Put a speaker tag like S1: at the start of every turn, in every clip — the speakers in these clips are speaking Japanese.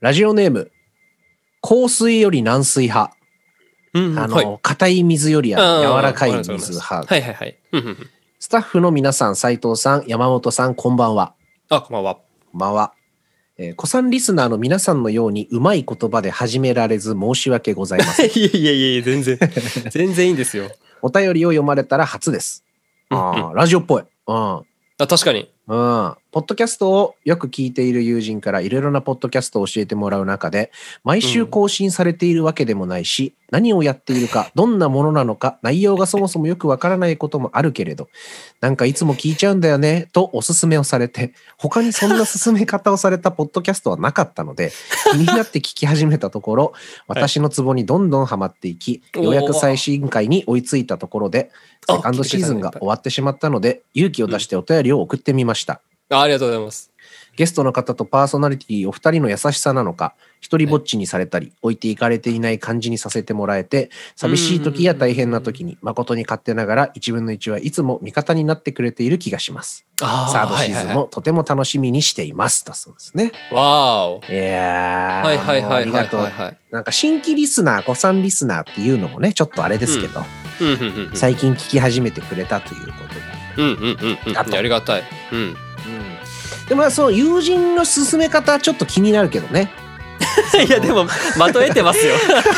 S1: ラジオネーム、硬水より軟水派。
S2: うんうん
S1: あ
S2: はい
S1: の、硬、い、水より柔
S2: あー
S1: らかい
S2: わ
S1: 水
S2: ります
S1: 派。
S2: はいはいはい。うんうんうん
S1: スタッフの皆さん、斉藤さん、山本さん、こんばんは。
S2: あ、こんばんは。
S1: こんばんは。えー、子さんリスナーの皆さんのようにうまい言葉で始められず申し訳ございません。
S2: いやいやいやいや、全 然、全然いいんですよ。
S1: お便りを読まれたら初です。
S2: うん
S1: ああ、ラジオっぽい。うん。
S2: あ、確かに。
S1: うん、ポッドキャストをよく聞いている友人からいろいろなポッドキャストを教えてもらう中で毎週更新されているわけでもないし、何をやっている かどんなものなのか内容がそもそもよくわからないこともあるけれどなんかいつも聞いちゃうんだよねとおすすめをされて他にそんな勧め方をされたポッドキャストはなかったの で気になって聞き始めたところ私のツボにどんどんはまっていき
S2: おー
S1: ようやく最新回に追いついたところで
S2: あ
S1: セカンドシーズンが
S2: 聞いてくれたんだいっぱい
S1: 終わってしまったので勇気を出してお便りを送ってみました、
S2: あありがとうございます。
S1: ゲストの方とパーソナリティお二人の優しさなのか一人ぼっちにされたり置いていかれていない感じにさせてもらえて寂しい時や大変な時に誠に勝手ながら一分の一はいつも味方になってくれている気がします
S2: あ
S1: サードシーズンもとても楽しみにしていますだそうですね
S2: わーお。
S1: いやー
S2: はいはい
S1: もうあ
S2: はい
S1: り
S2: は
S1: が
S2: い
S1: とう
S2: はいはい。
S1: なんか新規リスナー子さんリスナーっていうのもねちょっとあれですけど、
S2: うんうんうんうん
S1: 最近聞き始めてくれたということで
S2: うんうんうんうん。
S1: あと
S2: いやありがたい。うん。
S1: でもまあその友人の勧め方はちょっと気になるけど ね。
S2: いやでもまとえて ますよ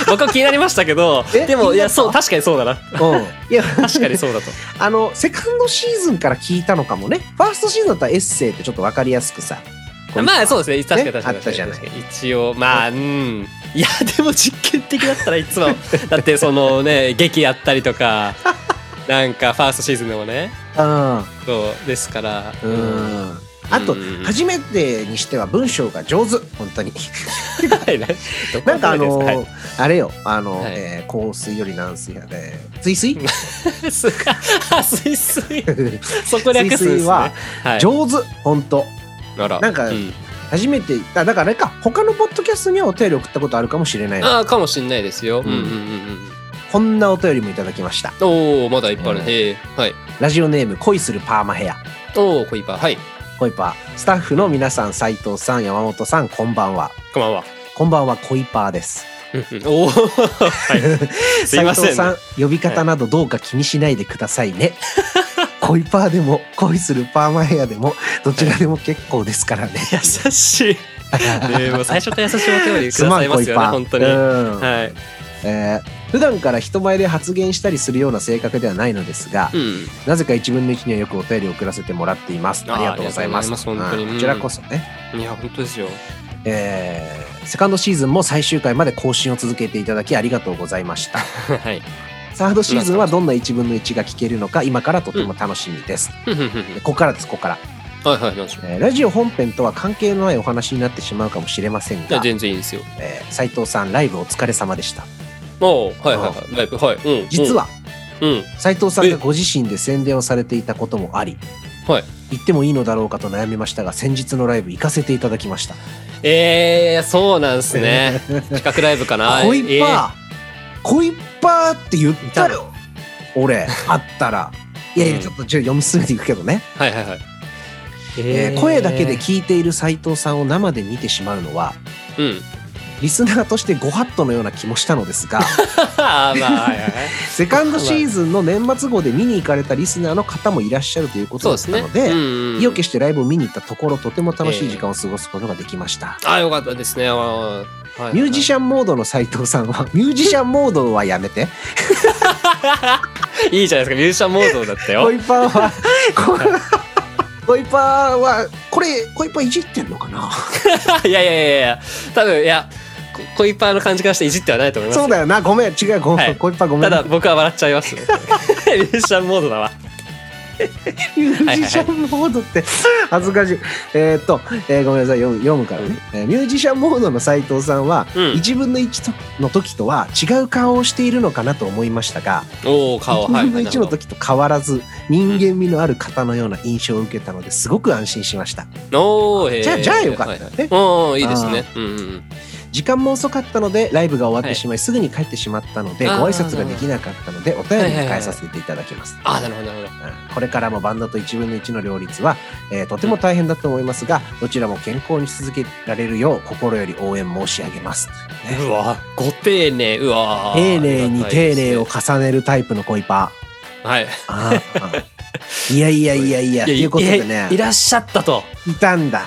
S2: 僕は気になりましたけど
S1: え
S2: でもいや
S1: 気に
S2: そ
S1: な
S2: う
S1: った
S2: 確かにそうだな
S1: うん、いや
S2: 確かにそうだと
S1: あのセカンドシーズンから聞いたのかもね。ファーストシーズンだったらエッセイってちょっと分かりやすくさ。こう
S2: まあそうですね確かに確かに
S1: あったじゃない
S2: 確かに一応まあうんいやでも実験的だったらい つもだってそのね劇やったりとかなんかファーストシーズンでもねそうですから
S1: うんうん。あと
S2: うんうんうん
S1: 初めてにしては文章が上手本当 に。
S2: はいねどこ
S1: なん
S2: ま
S1: かあ
S2: でです
S1: の
S2: はい
S1: あれよあの、
S2: はい
S1: えー香水より軟水やね。水水？
S2: すかあすいすい そこ略すん
S1: 水
S2: です
S1: 水
S2: ね
S1: は
S2: はい
S1: 上手本当。
S2: なら
S1: なんか
S2: うん
S1: 初めてあだからあれか他のポッドキャストにはお便り送ったことあるかもしれないな。
S2: ああかもしんないですようんうんうん
S1: こんなお便りもいただきました。
S2: うんおおまだいっぱいあるへえはい
S1: ラジオネーム恋するパーマヘア。
S2: おおコイパーはい
S1: 恋パー。スタッフの皆さん、斉藤さん、山本さん、こんばんは。
S2: こんばんは。
S1: こんばんは、恋パーです。
S2: おお、 はい、すい
S1: 斉
S2: ま
S1: 藤
S2: せん、
S1: さん、呼び方などどうか気にしないでください ね。恋パーでも、恋するパーマヘアでも、どちらでも結構ですからね。
S2: 優しい。ね、もう最初から優しいお便りく
S1: す
S2: だ
S1: ま
S2: さい
S1: ん、
S2: ます
S1: 恋
S2: よね、
S1: パ
S2: 本当に。は
S1: ー。うん
S2: い。
S1: えー普段から人前で発言したりするような性格ではないのですが、
S2: うん。
S1: なぜか1分の1にはよくお便りを送らせてもらっています。
S2: あー
S1: ありがとうございます。
S2: ありがとうございます本当に
S1: うん
S2: うん
S1: こちらこそね。
S2: いや、本当ですよ。
S1: えーセカンドシーズンも最終回まで更新を続けていただきありがとうございま した。
S2: はい。
S1: サードシーズンはどんな1分の1が聞けるのか今からとても楽しみです。
S2: ふんふんふん
S1: でここからです、ここから、
S2: はいはい、なんでしょう。
S1: えーラジオ本編とは関係のないお話になってしまうかもしれません
S2: いや
S1: が、
S2: 全然いいですよ。
S1: えー斉藤さん、ライブお疲れ様でした。
S2: おお、はいはいはい、ライブ、はい、うん。
S1: 実は、
S2: うん。うん。
S1: 斉藤さん
S2: え
S1: がご自身で宣伝をされていたこともあり、
S2: はい
S1: 言ってもいいのだろうかと悩みましたが、先日のライブ行かせていただきました。
S2: えー、そうなんですね。企画ライブかな。
S1: コイパー、コイパーって言った
S2: いた
S1: よ。俺、あった ら。いやいや、
S2: うん
S1: ちょっとちょっと読み進めていくけどね、
S2: えーはいはいはい。
S1: えー声だけで聞いている斉藤さんを生で見てしまうのは、
S2: うん。
S1: リスナーとしてご法度のような気もしたのです が、
S2: あーまあ、はいはいはい。
S1: セカンドシーズンの年末号で見に行かれたリスナーの方もいらっしゃるということ
S2: そう
S1: だ
S2: で
S1: っ
S2: す
S1: た
S2: ね
S1: の。で、
S2: うんうん
S1: 意を決してライブを見に行ったところ、とても楽しい時間を過ごすことができました。
S2: あー、よかったですね。あーはいはいはい
S1: ミュージシャンモードの斉藤さんは、ミュージシャンモードはやめて、
S2: いいじゃないですか、ミュージシャンモードだった
S1: コ
S2: よ。
S1: イパーは、こコイパーは、これ、コイパーいじってんのかない
S2: やいやいやいや、多分いや、こコイパーの感じからしていじってはないと思います。
S1: そうだよな、ごめん、違う、ごめん、
S2: はい
S1: コイパーごめ
S2: た
S1: ん。
S2: だ僕は笑っちゃいます。ミ ュージシャンモードだわ。
S1: ミュージシャンモードって、恥ずかしい。えーっと、えーごめんなさい、読む読むからね、えーミュージシャンモードの斉藤さんは、
S2: うん。
S1: 1分の1との時とは違う顔をしているのかなと思いましたが、
S2: おお顔は
S1: 1
S2: い。
S1: 分の1の時と変わらず、人間味のある方のような印象を受けたのですごく安心しました。
S2: おおーへー
S1: じゃあじゃあよかった
S2: はい
S1: ね
S2: はいうんうんいいですね。うんうんうん。
S1: 時間も遅かったのでライブが終わって
S2: はい
S1: しまい、すぐに帰ってしまったのでご
S2: あー
S1: 挨拶ができなかったのでお便りに
S2: はいはいは
S1: 返
S2: い
S1: させていただきます、
S2: ああ、なるほど、なるほ
S1: うんこれからもバンドと1分の1の両立は、えーとても大変だと思いますがどちらも健康に続けられるよう心より応援申し上げます
S2: ど。うわ、ご丁寧、うわ。
S1: 丁寧に丁寧を
S2: あ
S1: 重ねるタイプの恋パ
S2: りがたいですね。
S1: あー いやいやいやいや
S2: は
S1: と
S2: い。
S1: いうことでね
S2: いらっしゃったと。
S1: いたんだ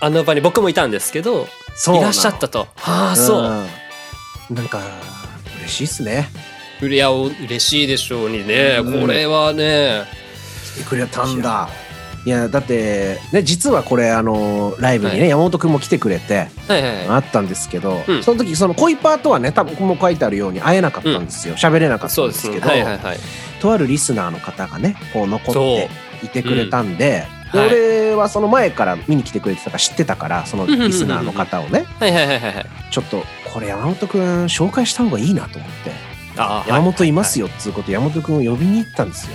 S2: あの場に僕もいたんですけど、
S1: そう
S2: い
S1: なの
S2: らっしゃったと。ああ、そう。
S1: うんなんか嬉しいっすね
S2: うれやお嬉しいでしょうにね、
S1: うん
S2: これはね。
S1: 来てくれたんだいやだってね実はこれあのライブにね、
S2: は
S1: 山本君も来てくれて、
S2: はいはいは
S1: あったんですけど、
S2: うん
S1: その時その恋パーとはね多分ここも書いてあるように会えなかったんですよ喋、れなか
S2: い。
S1: ったん
S2: そう
S1: で
S2: です
S1: す
S2: ね。
S1: けど
S2: はいはいはい。
S1: とあるリスナーの方がねこう残っていてくれたんで,
S2: う
S1: で、
S2: んはい
S1: 俺はその前から見に来てくれてたから知ってたからそのリスナーの方をね
S2: はいはいはいはいはい。
S1: ちょっとこれ山本君紹介した方がいいなと思って
S2: あ
S1: 山本います
S2: よ。
S1: よっつうことで山本君を呼びに行ったんですよ。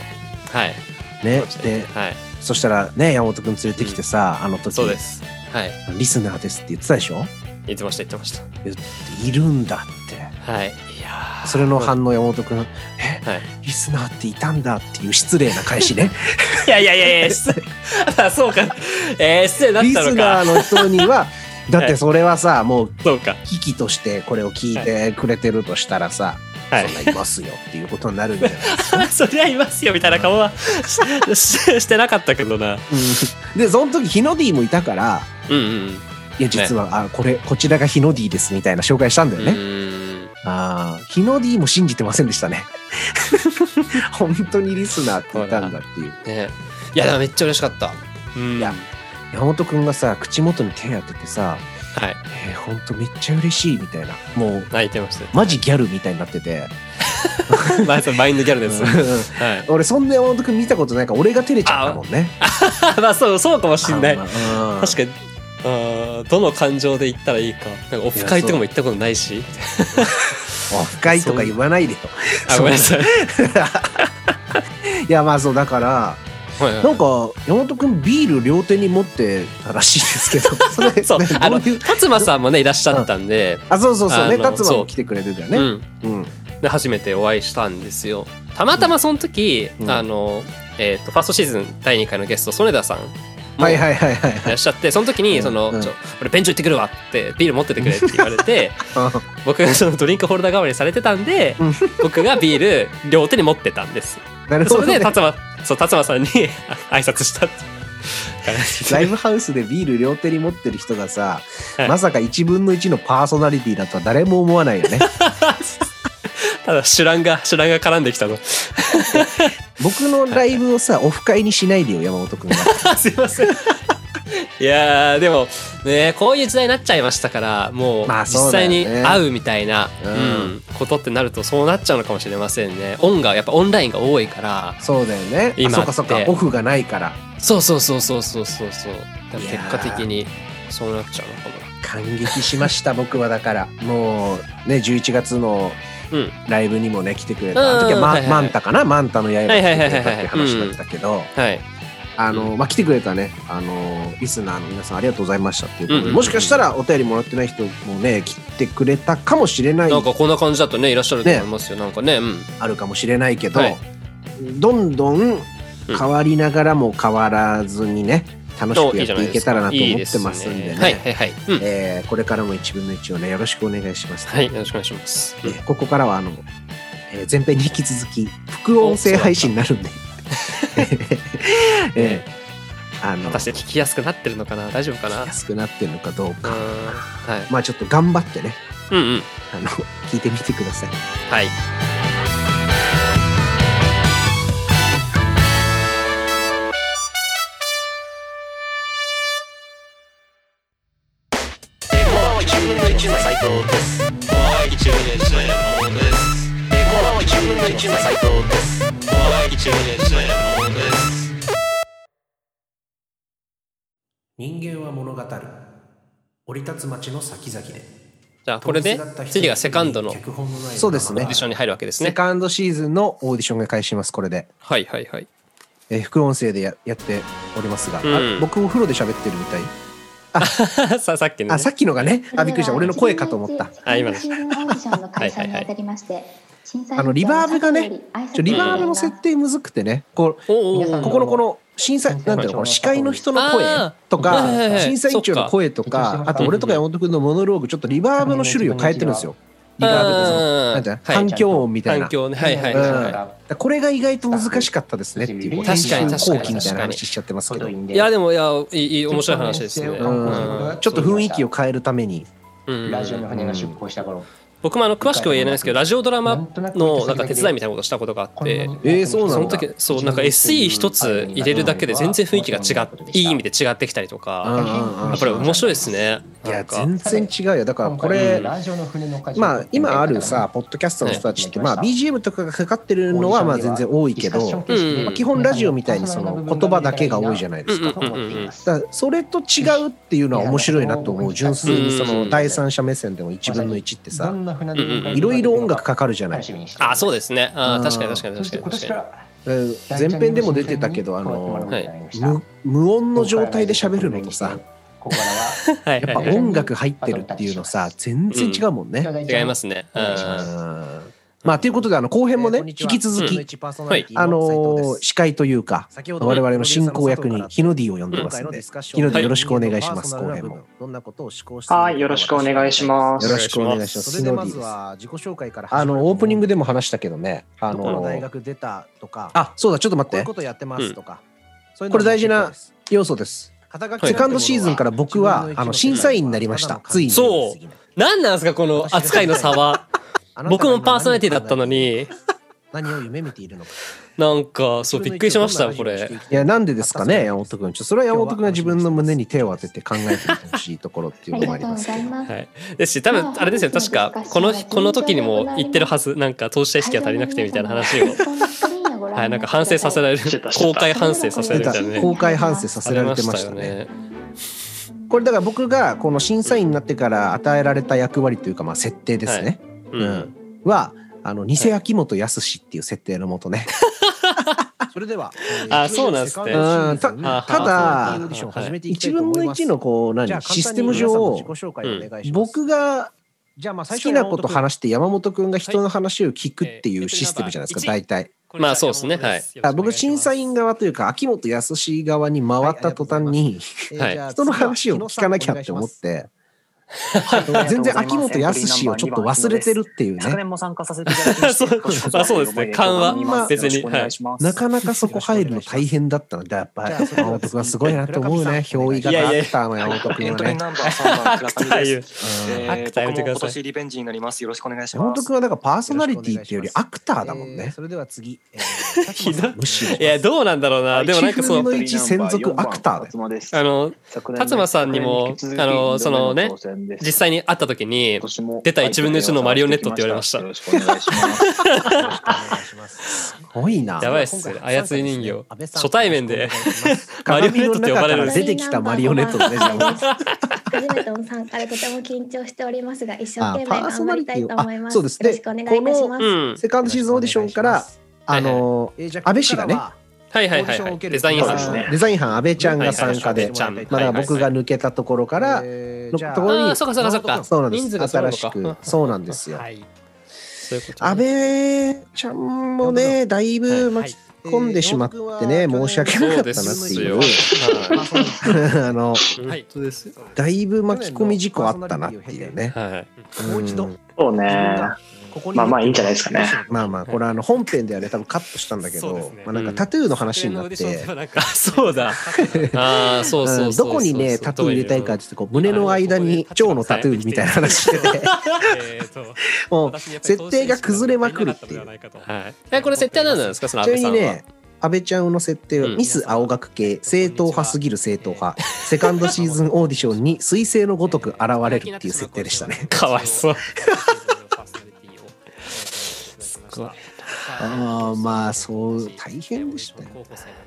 S2: はい。
S1: ね
S2: そうす、ね
S1: で
S2: はい。
S1: そしたらね山本君連れてきてさ、あの時
S2: そうです。はい。
S1: リスナーですって言ってたでしょ
S2: 言ってました言ってました。
S1: いるんだって。
S2: はい。いやー
S1: それの反応山本君、え、
S2: はい
S1: リスナーっていたんだっていう失礼な返し ね。
S2: いやいやいやいや、失礼。 あ、そうか。えー、失礼だっ
S1: リ
S2: た
S1: ス
S2: の
S1: ナ
S2: か。
S1: ーの人に は、だってそれはさ、もう
S2: そうか。
S1: 危機としてこれを聞いてくれてるとしたらさ、
S2: はい
S1: そんないますよっていうことになるんじゃないですか。
S2: そりゃいますよみたいな 顔はしししてなかったけどな。
S1: うんで、その時ヒノディもいたから、
S2: うんうん。
S1: いや実は、あこれこちらがヒノディですみたいな紹介したんだよ
S2: う
S1: ね。
S2: ーん
S1: ああ、ヒノディも信じてませんでした ね。本当にリスナーっていたんだっていう。
S2: ねいや、でもめっちゃ嬉しかった。うん。
S1: いや山本君がさ、口元に手当ててさ、
S2: はい。
S1: えー、ほんとめっちゃ嬉しいみたいなもう
S2: 泣いてましたよ。
S1: マジギャルみたいになってて
S2: まあ、それマインドギャルです。
S1: う
S2: は
S1: ん
S2: い。
S1: 俺そんな山本君見たことないから俺が照れちゃったもんね
S2: まあ、そう、そうかもしんない。 確
S1: に
S2: かに。あーどの感情で言ったらいいかなんかオフ会とかも行ったことないし
S1: オフ会とか言わないでよ
S2: あごめんなさい
S1: いやまあそうだから
S2: はいはい
S1: なんか山本君ビール両手に持ってたらしいですけどそれ
S2: そう
S1: ね
S2: あ
S1: ど
S2: の
S1: ういう
S2: 辰馬さんもねいらっしゃったんで、
S1: あそうそうそうね
S2: あの
S1: 達馬
S2: そ
S1: も
S2: う
S1: 来てくれてたよ
S2: う
S1: ね
S2: ん、
S1: うん
S2: で初めてお会いしたんですよたまたまその時、
S1: うん
S2: あの、えー、とファーストシーズン第2回のゲスト曽根田さんも
S1: はい
S2: い
S1: はいはいはい
S2: らっしゃってその時に「その
S1: うん
S2: ちょ俺便所行ってくるわ」って「ビール持っててくれ」って言わ れて僕がそのドリンクホルダー代わりにされてたんで
S1: うん
S2: 僕がビール両手に持ってたんです
S1: なる
S2: そ
S1: ほ
S2: れ
S1: どね
S2: で達馬そう達馬さんに 挨拶したって
S1: ライブハウスでビール両手に持ってる人がさ、
S2: はい
S1: まさか1分の1のパーソナリティだとは誰も思わないよ ね。
S2: ただ手段が手段が絡んで きたの
S1: 僕のライブをさ、オフ会にしないでよ、山本くんが。
S2: すいませんいやーでもねこういう時代になっちゃいましたからもう
S1: まあ
S2: 実
S1: そうだよ
S2: 際
S1: ね
S2: に会うみたいな、
S1: うん
S2: うんことってなるとそうなっちゃうのかもしれませんねオンがやっぱオンラインが多いから
S1: そうだよね。あ、
S2: 今
S1: そうかそうか
S2: っ、て
S1: オフがないから。
S2: そうそうそうそうそうそうそうだから
S1: い
S2: 結
S1: やー
S2: 果的にそうなっちゃうのかも
S1: 感激しました、僕はだから。もう、ね、11月の
S2: うん
S1: ライブにもね、来てくれ
S2: うん
S1: た。あの時は
S2: は
S1: マ
S2: いはい
S1: マンタかなマンタの刃が来てくれたっていう話だったけど、
S2: はい
S1: あ
S2: う
S1: の、まあ、来てくれたね、あの、リスナーの皆さんありがとうございましたっていうこ
S2: うん
S1: と
S2: う
S1: で、
S2: んうん
S1: もしかしたらお便りもらってない人もね、来てくれたかもしれない
S2: なんかこんな感じだとねいらっしゃると思いますよ、なんかねうん
S1: あるかもしれないけど、
S2: はい
S1: どんどん変わりながらも変わらずにね、楽しくやっていけたらなと思ってますんでね
S2: いいすねはいはいはい、うん
S1: えーこれからも1分の1をねよろしくお願いします、
S2: はいよろしくお願いします、
S1: えーここからはあの、えー前編に引き続き副音声配信になるんで えーあの
S2: 果たして聞きやすくなってるのかな大丈夫かな
S1: 安くなってるのかどう
S2: う
S1: か、
S2: んはい
S1: まあちょっと頑張ってね
S2: うんうん
S1: あの聞いてみてください
S2: はい
S1: 人間は物語降り立つ街の先々で
S2: じゃあこれで次がセカンドの
S1: そうですね
S2: オーディションに入るわけです
S1: セ
S2: ね
S1: カンドシーズンのオーディションが開始しますこれで、
S2: はいはいはい
S1: えー副音声でややっておりますが、あ
S2: うん
S1: 僕も風呂で喋ってるみたい
S2: ささっきの、ね、
S1: あ、さっきのがね。あ、びっくりした。俺の声かと思った。
S2: あ今の
S3: シーズンオーディションの開催にあたりまして、審査員
S1: あのリバーブがねちょリバーブの設定むずくてね。こう、
S2: おうおう
S4: 皆さん
S1: ここのこの、審査、なんていうの、この司会の人の声
S2: あ
S1: と
S4: あーはいはい
S1: か、
S4: はい
S1: 審査員長の声と
S4: そ
S1: か
S4: っ、か
S1: あと俺とか山本君のモノローグ、ちょっとリバーブの種類を変えてるんですよ。リバーブでその、
S2: うん
S1: なんていうの
S2: はい
S1: 環境音みたいな。
S2: 環境ねはいはいはい、はい
S1: だこれが意外と難しかったですねっていう。
S4: 確かに
S1: 編集
S4: 確かに
S1: 後期みたいな話しちゃってますけど。ち
S2: いやでもいやいいいい面白い話ですね、
S4: う
S2: うん
S1: ょっと雰囲気を変えるために。
S2: うん
S4: ラジオの船が出航した頃、
S2: 僕もあの詳しくは言えないんですけどラジオドラマのなんか手伝いみたいなことをしたことがあっ
S4: こんな
S2: て
S4: に
S1: えーそうな
S2: そ
S1: ん
S2: の
S1: だ
S2: 時そうなんか SE 一つ入れるだけで全然雰囲気が違っていい意味で違ってきたりと
S1: うんう
S2: か
S1: んうん
S2: やっぱり面白いですね
S1: い
S2: な
S1: や
S2: んか
S1: 全然違うよだからこれ
S4: ラジオの船の舵を
S1: まあ今あるさポッドキャストの人たちってまあ BGM とかがかかってるのはまあ全然多いけど、
S2: うん
S1: まあ基本ラジオみたいにその言葉だけが多いじゃないですか。
S2: うんうんうんうん
S1: だからそれと違うっていうのは面白いなと思う純粋にその第三者目線でも1分の1ってさいろいろ音楽かかるじゃない。
S2: あそうですねあー確かに確かに
S4: そして
S2: 確かに
S4: 今
S2: 確
S4: 年
S2: か
S4: か
S2: に
S4: ら
S1: うん前編でも出てたけどあの無無音の状態で喋るのとさ
S4: ここからは
S2: はい
S1: やっぱ
S2: はい
S1: 音楽入ってるっていうのさ全然違うもんね。
S2: 違いますねうん
S1: うんまあということであの後編もね引き続き
S2: はい
S1: あのー司会というか
S5: 先ほど
S1: 我々の進行役にヒノディを呼んで
S5: 今
S1: ます
S5: 回
S1: んで
S5: のデ
S1: よ
S5: ィスカッション
S1: ヒノディよろしくお願いします
S5: パーソナルな部
S1: 後編
S5: 分どんなことを思考して
S6: はい、よろしくお願いします。
S1: ろしくお願いしま
S5: そ
S1: す
S5: れ
S1: ヒ
S5: で
S1: ノ
S5: ま
S1: デ
S5: ず
S1: ィ
S5: は自己紹介から
S1: あのオープニングで
S5: も
S1: も話したけどねあ
S5: どこの
S1: の
S5: 大
S1: ー
S5: 学出たとか
S1: あそうだちょっと待
S5: こういう
S1: って
S5: ことやってますとかそういうの
S1: これ大事な
S5: も結構です
S1: 要素です
S5: 肩書き
S1: セカンドシーズンから僕は
S5: 自分の一
S1: あの
S5: 部
S1: 審査員になりましたついに
S2: そう何なんですかこの扱いの差は
S5: あなたが
S2: 僕
S5: 今
S2: もパーソナリティだったのに
S5: 何を夢見ているのか
S2: なんかそうびっくりしましたこれ
S1: いやなんでですかね山本君ちょそれは山本君が自分の胸に手を当てて考えてほしいところってい
S3: あ
S1: うの
S3: り
S1: もあ
S3: が
S1: り
S3: とう
S1: ま
S3: ご
S1: すけど
S3: ざいます。
S2: はい、ですし多分あれですよね確かこのこの時にも言ってるはずなんか投資意識が足りなくてみたいな話を、はい、なんか反省させられる
S6: してたして
S2: 公
S6: た
S2: 開反省させられるみたいな
S3: して
S2: ね
S3: た
S1: 公開反省させられてました
S2: あり
S1: ね。
S2: よ
S1: これだから僕がこの審査員になってから与えられた役割というかまあ設定ですね。
S2: うん
S1: うんはあの偽秋元康っていう設定のもとね。
S5: それでは
S2: あそうなんですね
S1: うんた
S2: あ
S1: ただ
S5: 一
S1: 1分の1のこう何システム上僕が好きなこと話して山本君が人の話を聞くっていうシステムじゃないですか大体。
S2: まあそうですねはい
S1: あ僕審査員側というか秋元康側に回った途端に
S2: はい
S1: 人の話を聞かなきゃって思って全然秋元康をちょっと忘れてるっていう
S6: 昨
S1: ね
S6: 年も参加させていただきま し
S2: そう
S6: て
S2: あそうですね緩和別に
S6: よろしくお願いします
S1: なかなかそこ入るの大変だったのでやっぱ
S5: じゃあそれでは
S1: 山本君はすごいなと思うね憑依型
S2: いやいや
S1: アクターの山本君
S6: エン
S1: は
S6: トリー
S1: ね。
S6: ナンバー3番
S2: ア
S6: 倉
S2: クタ ー
S6: 上 で
S2: ユ
S6: す。
S1: うん
S6: え
S2: ア
S6: ー
S2: クター言って
S6: 僕
S2: く
S6: も
S2: だ
S6: 今
S2: さい
S6: 年リベンジになります。よろしくお願いし
S1: 山
S6: ま
S1: 本
S6: す。
S1: 君はだからパーソナリティっていうよりアクターだもんね。
S5: それでは次
S2: ひどい
S1: むしろ。
S2: いやどうなんだろうなでもなんかそ
S1: 1分の
S2: う
S1: 1専属アクターだよ。
S2: あの
S7: 辰馬さんにも、あの、そのね、
S2: 実
S7: 実際
S2: 際に会った時に
S7: に
S2: 出
S7: 出
S2: た
S7: た
S2: 1
S7: 1分
S2: 分の
S7: の
S2: 1
S7: 1
S2: の
S7: の
S2: マ
S7: マ
S2: リ
S7: リ
S2: オ
S7: オ
S2: ネ
S7: ネ
S2: ッ
S7: ッ
S2: ト
S7: ト
S2: っ
S7: ってて
S2: 言
S7: 言
S2: わ
S7: われ
S2: れま
S7: ま
S2: し
S7: したた。
S1: すごいな。
S2: やばいっすね操り人形初対面でマリオネットって呼ばれるんです
S1: 出てきたマリオネットのねじゃあ
S3: 初めての参加でとても緊張しておりますが、一生懸命
S1: あパーソ
S3: 頑
S1: ナ
S3: 張
S1: リ
S3: り
S1: ティを
S3: たいと思いま
S1: あ
S3: す。
S1: そうですね
S3: よろしくお願いいたしま
S2: う
S3: す。
S2: ん
S1: セカンドシーズンオーディションから、あの、安倍氏がね、
S2: はいはいはいはいデザイン屋さんですね
S1: あデザイン班安倍ちゃんが参加
S2: は
S1: で
S2: い、ちゃん
S1: まあだから
S2: はい
S1: 僕が抜けたところから、
S5: え
S1: の
S5: じゃあ
S1: ところ
S2: あ
S1: に
S2: ー、そうかそうかそうか
S1: そうなんで
S2: 人数
S1: す。
S2: がそう
S1: 新
S2: なの
S1: し
S2: か
S1: く、そうなんですよ。
S2: はいそういうことね
S1: 安倍ちゃんもね、だいぶ巻き込んでしまってね、申し訳なかったなっていう
S2: そうですよ は
S1: あの、
S2: はい本当ですよ
S1: だいぶ巻き込み事故あったなっていうね。
S2: はい
S1: うん
S5: もう一度
S6: そうね。まあまあいいんじゃないですかね
S1: まあまあ、これあの本編ではね、多分カットしたんだけ
S4: そうで
S1: ど
S4: すね、
S1: まあなんかタトゥーの話になって、
S2: あそう だああそうそううんそう
S1: どこにねタトゥー入れたいかって言ってこう胸の間に腸のタトゥーみたいな話して てもう設定が崩れまくるっていう
S2: はいえこれ設定なんなんですかその
S1: ち
S2: 安
S1: なみ
S2: 倍さ
S1: に
S2: んは
S1: ね安倍ちゃんの設定は
S2: うん
S1: ミス青学系正統派すぎる正統派セカンドシーズンオーディションに 彗星のごとく現れるっていう設定でしたね
S2: かわい そうごい
S1: あーまあそう大変でしたよ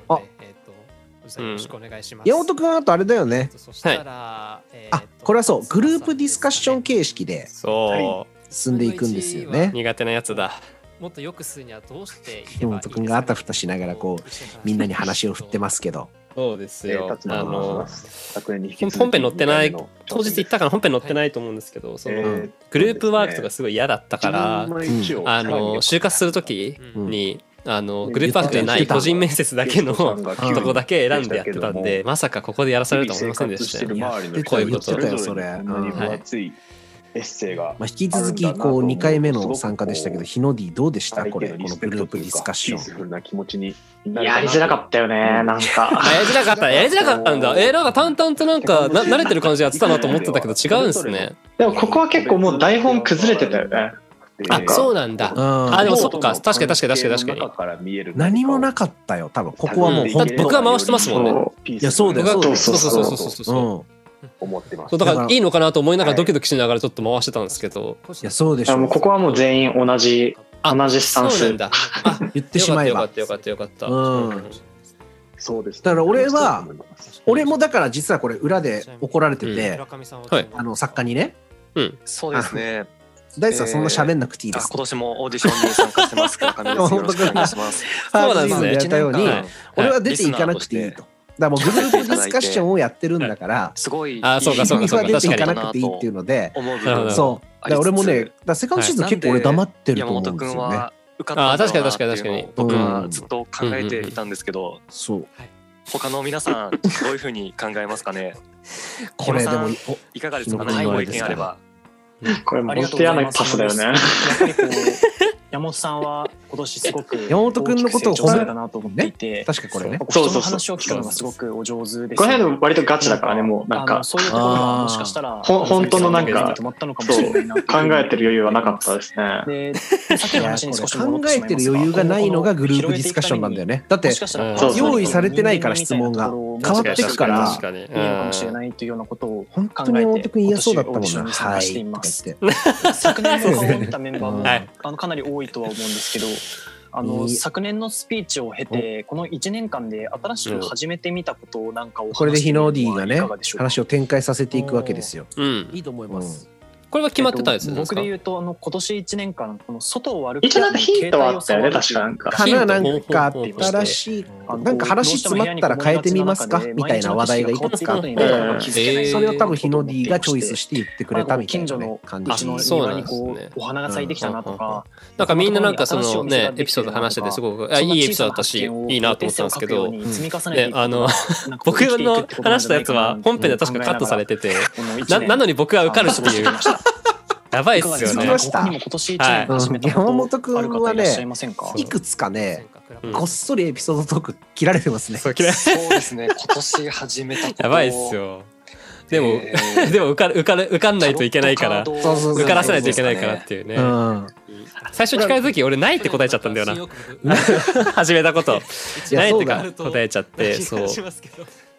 S4: あ
S1: あ、
S4: えーと宇治さんよろしくお願いします。
S1: 山本君はあとあれだよね
S4: そしたら、えー
S1: あ
S4: と
S1: これはそうグループディスカッション形式で
S2: そ
S1: 進んでいくんですよ
S2: う
S1: ね
S2: 苦手なやつだ
S4: もっとよくするにはどうしていけばいいで
S1: 山本
S4: すかね
S1: 君があたふたしながらこうみんなに話を振ってますけど
S2: そうです
S7: えー
S2: よ
S7: 辰。
S2: あ
S7: 馬と申し
S2: の
S7: ま、す。昨年に引き続き
S2: 本編載ってな
S7: 二回
S2: い
S7: 目の挑
S2: 当
S7: 戦
S2: 日
S7: で
S2: 行ったから本編載ってないと思うんですけど、そ
S7: え
S2: の
S7: ー
S2: グループワークとかすごい嫌だったから、
S7: 自分の一応
S2: あの、就活するとき
S4: うん
S2: に、あの、
S7: うん
S2: グループワークじゃな
S1: 言っ
S2: い
S1: てた
S2: 個人面接だけの
S7: うん
S2: とこだけ選んでやってたん
S7: う
S2: で、
S7: ん
S2: まさかここでやらされるとは思いませんでした
S7: 日
S2: よ。
S7: 々生活してる周りの人
S2: こういうこと
S7: それぞれ
S1: 言ってたよそれ
S7: こんなに分厚いエッセイが
S1: まあ、引き続きこう2回目の参加でしたけど、日の D どうでしたこれ、このグループディスカッシ
S7: ピース
S1: ョン。
S7: フルな気持ちになれたな
S6: やりづらかったよね、なんか。
S2: あやりづらかった、やりづらかったんだ。えー、なんか淡々となんか、な慣れてる感じでやってたなと思ってたけど、違うんですね。
S6: でもここは結構もう台本崩れてたよね。
S2: あ、そううなんだ。
S1: あ
S2: あでもそうか確かに確かに確かに確かに
S7: に
S1: 何もなかったよ、多分ここはもう
S2: だって僕は回してますもんね
S7: い
S1: やそうだよ
S2: 僕は
S6: そう
S2: そ
S6: そうう
S2: そ
S6: そうう
S2: そ
S6: そ
S2: そう
S6: うう
S1: う。
S2: そうん
S7: 思ってます
S2: そうだからいいのかなと思いながら
S7: はい
S2: ドキドキしながらちょっと回してたんですけど、
S1: いや、そうでし
S6: あもう
S1: ょ
S6: こ。こはもう全員同じ、
S2: あ
S6: 同じスタン
S2: そうなん
S6: ス。
S2: だ。あ、
S1: 言ってしまえ
S2: よか
S1: ば
S2: っ。たよかったよかった。
S1: うん
S7: そうです
S1: だから俺は俺もだから実はこれ裏で怒られてて、
S4: 村上さんは、
S2: はい
S1: あの作家にね、
S6: そうですね。
S1: 大地さんそんな喋んなくていいで
S6: あ
S1: す
S6: 今。年もオーディションに参加してますから、上です。よろしくお願いします。
S2: そうなんですね
S1: やったように、
S2: はい
S1: 俺は出ていかなくていいと。だからもうグループディスカッションをやってるんだから、
S6: すごい。
S2: あそうかそう
S1: 君
S2: かそう
S1: は
S2: か
S1: 出てい
S2: 確
S1: か
S2: か
S1: な
S2: に
S1: くていいっていうので、
S6: 思う部
S2: なるほ
S6: 分
S2: ど
S6: が
S1: そう。だから俺もね、
S6: あり
S1: だ
S6: つつ
S1: からセカンドシーズン結構俺黙ってると
S6: 山
S1: 思うん
S6: 本
S1: です
S6: 君
S1: よね。
S6: は受かったんだろうなって
S2: あー確か
S6: い
S2: に
S6: うのを
S2: 確か
S1: に
S6: 僕はずっと考えていたんですけど、
S1: そう。
S6: 他の皆さんどういうふうに考えますかね。
S1: これでも、
S6: いかがです か。
S1: そんな
S6: 何
S1: こと
S6: ご
S1: ない
S6: 意
S1: です
S6: 見
S1: か
S6: あ
S1: ら
S6: れば。
S8: これも
S9: ありが
S8: 本
S9: と
S8: 当
S9: う
S8: 嫌
S9: ござい
S8: な
S9: ま
S8: パ
S9: す
S8: スだよね。
S9: やっぱりこう山本さんは今年すごく
S1: 山本君のことを
S9: 大きく成長されたなと思っていて、
S1: 確かこれね。
S9: 人の話を聞くのがすごくお上手で
S8: こ
S9: す
S8: の
S9: よね、
S8: 辺でも割とガチだからね、もうなん
S9: あ
S8: か
S9: のそういうところがもしかしたら
S8: ほん本当のなんか
S9: 止まったのかもしれないな
S8: 考えてる余裕はなかったですね。
S9: で、さっきの話に少し戻
S1: 考
S9: ってし
S1: え
S9: まい
S1: て
S9: ま
S1: る
S9: す
S1: 余裕がないのがグループディスカッションなんだよね。だって、用意されてないから質問が変わってくから
S2: 確かに。
S9: いいのかもしれないというようなことを
S1: 本当に山本君嫌そうだったもんな。はい。とか言って。
S9: 昨年の顔を見たメンバーも、
S2: はい
S9: あのかなり多いとは思うんですけどあ
S1: い
S9: の
S1: い
S9: 昨年のスピーチを経てこの1年間で新しく始めてみたことをなんかを
S1: これで日のディがね
S9: いかがでしょうか
S1: 話を展開させていくわけですよ。
S2: うん。
S5: いいと思います。
S2: これは決まってたやつです
S9: 僕
S2: か
S9: で言うとあの今年1年間この外を歩き
S8: 一応なんかヒントはあったよね、確か
S9: に
S8: なんか。
S1: かななんか新しい、なんか話詰まったら変えてみますかみたいな話題がいくつかあって、
S2: えー
S1: それを多分日の D がチョイスして言ってくれたみたい
S9: 近
S1: な
S9: 所
S1: ね
S9: の
S1: 感
S9: う
S1: じ
S2: あ。
S9: ちの
S2: そうな
S9: 庭
S2: ん
S9: に
S2: ですね
S9: こうお花が咲いてきたなとか
S2: なんかみんななんかそのね、エピソード話しててすごく、あいいエピソードだったし、いいなと思ってたんですけど、ね、あの、僕の話したやつは本編で確かカットされてて、ななのに僕は受かるっていう、やばいっすよね。
S9: 他にも今年一年始めたことある方いらっしゃいませんか
S1: いくつかね、
S2: うん
S1: こっそりエピソードトーク切られてますね。
S2: そう嫌い
S6: そうですね。今年始めたこと。
S2: やばいっす。よ。でも、
S6: え ー
S2: でも受かる受かる受かんないといけないから、
S6: そう
S1: そうそう
S2: 受からさないといけないからっていうね
S1: う。ん。
S2: 最初聞かれた時俺ないって答えちゃったんだよな。 始めたこと。
S1: いや
S2: ないって
S1: そうだ
S2: か答えちゃって、そう。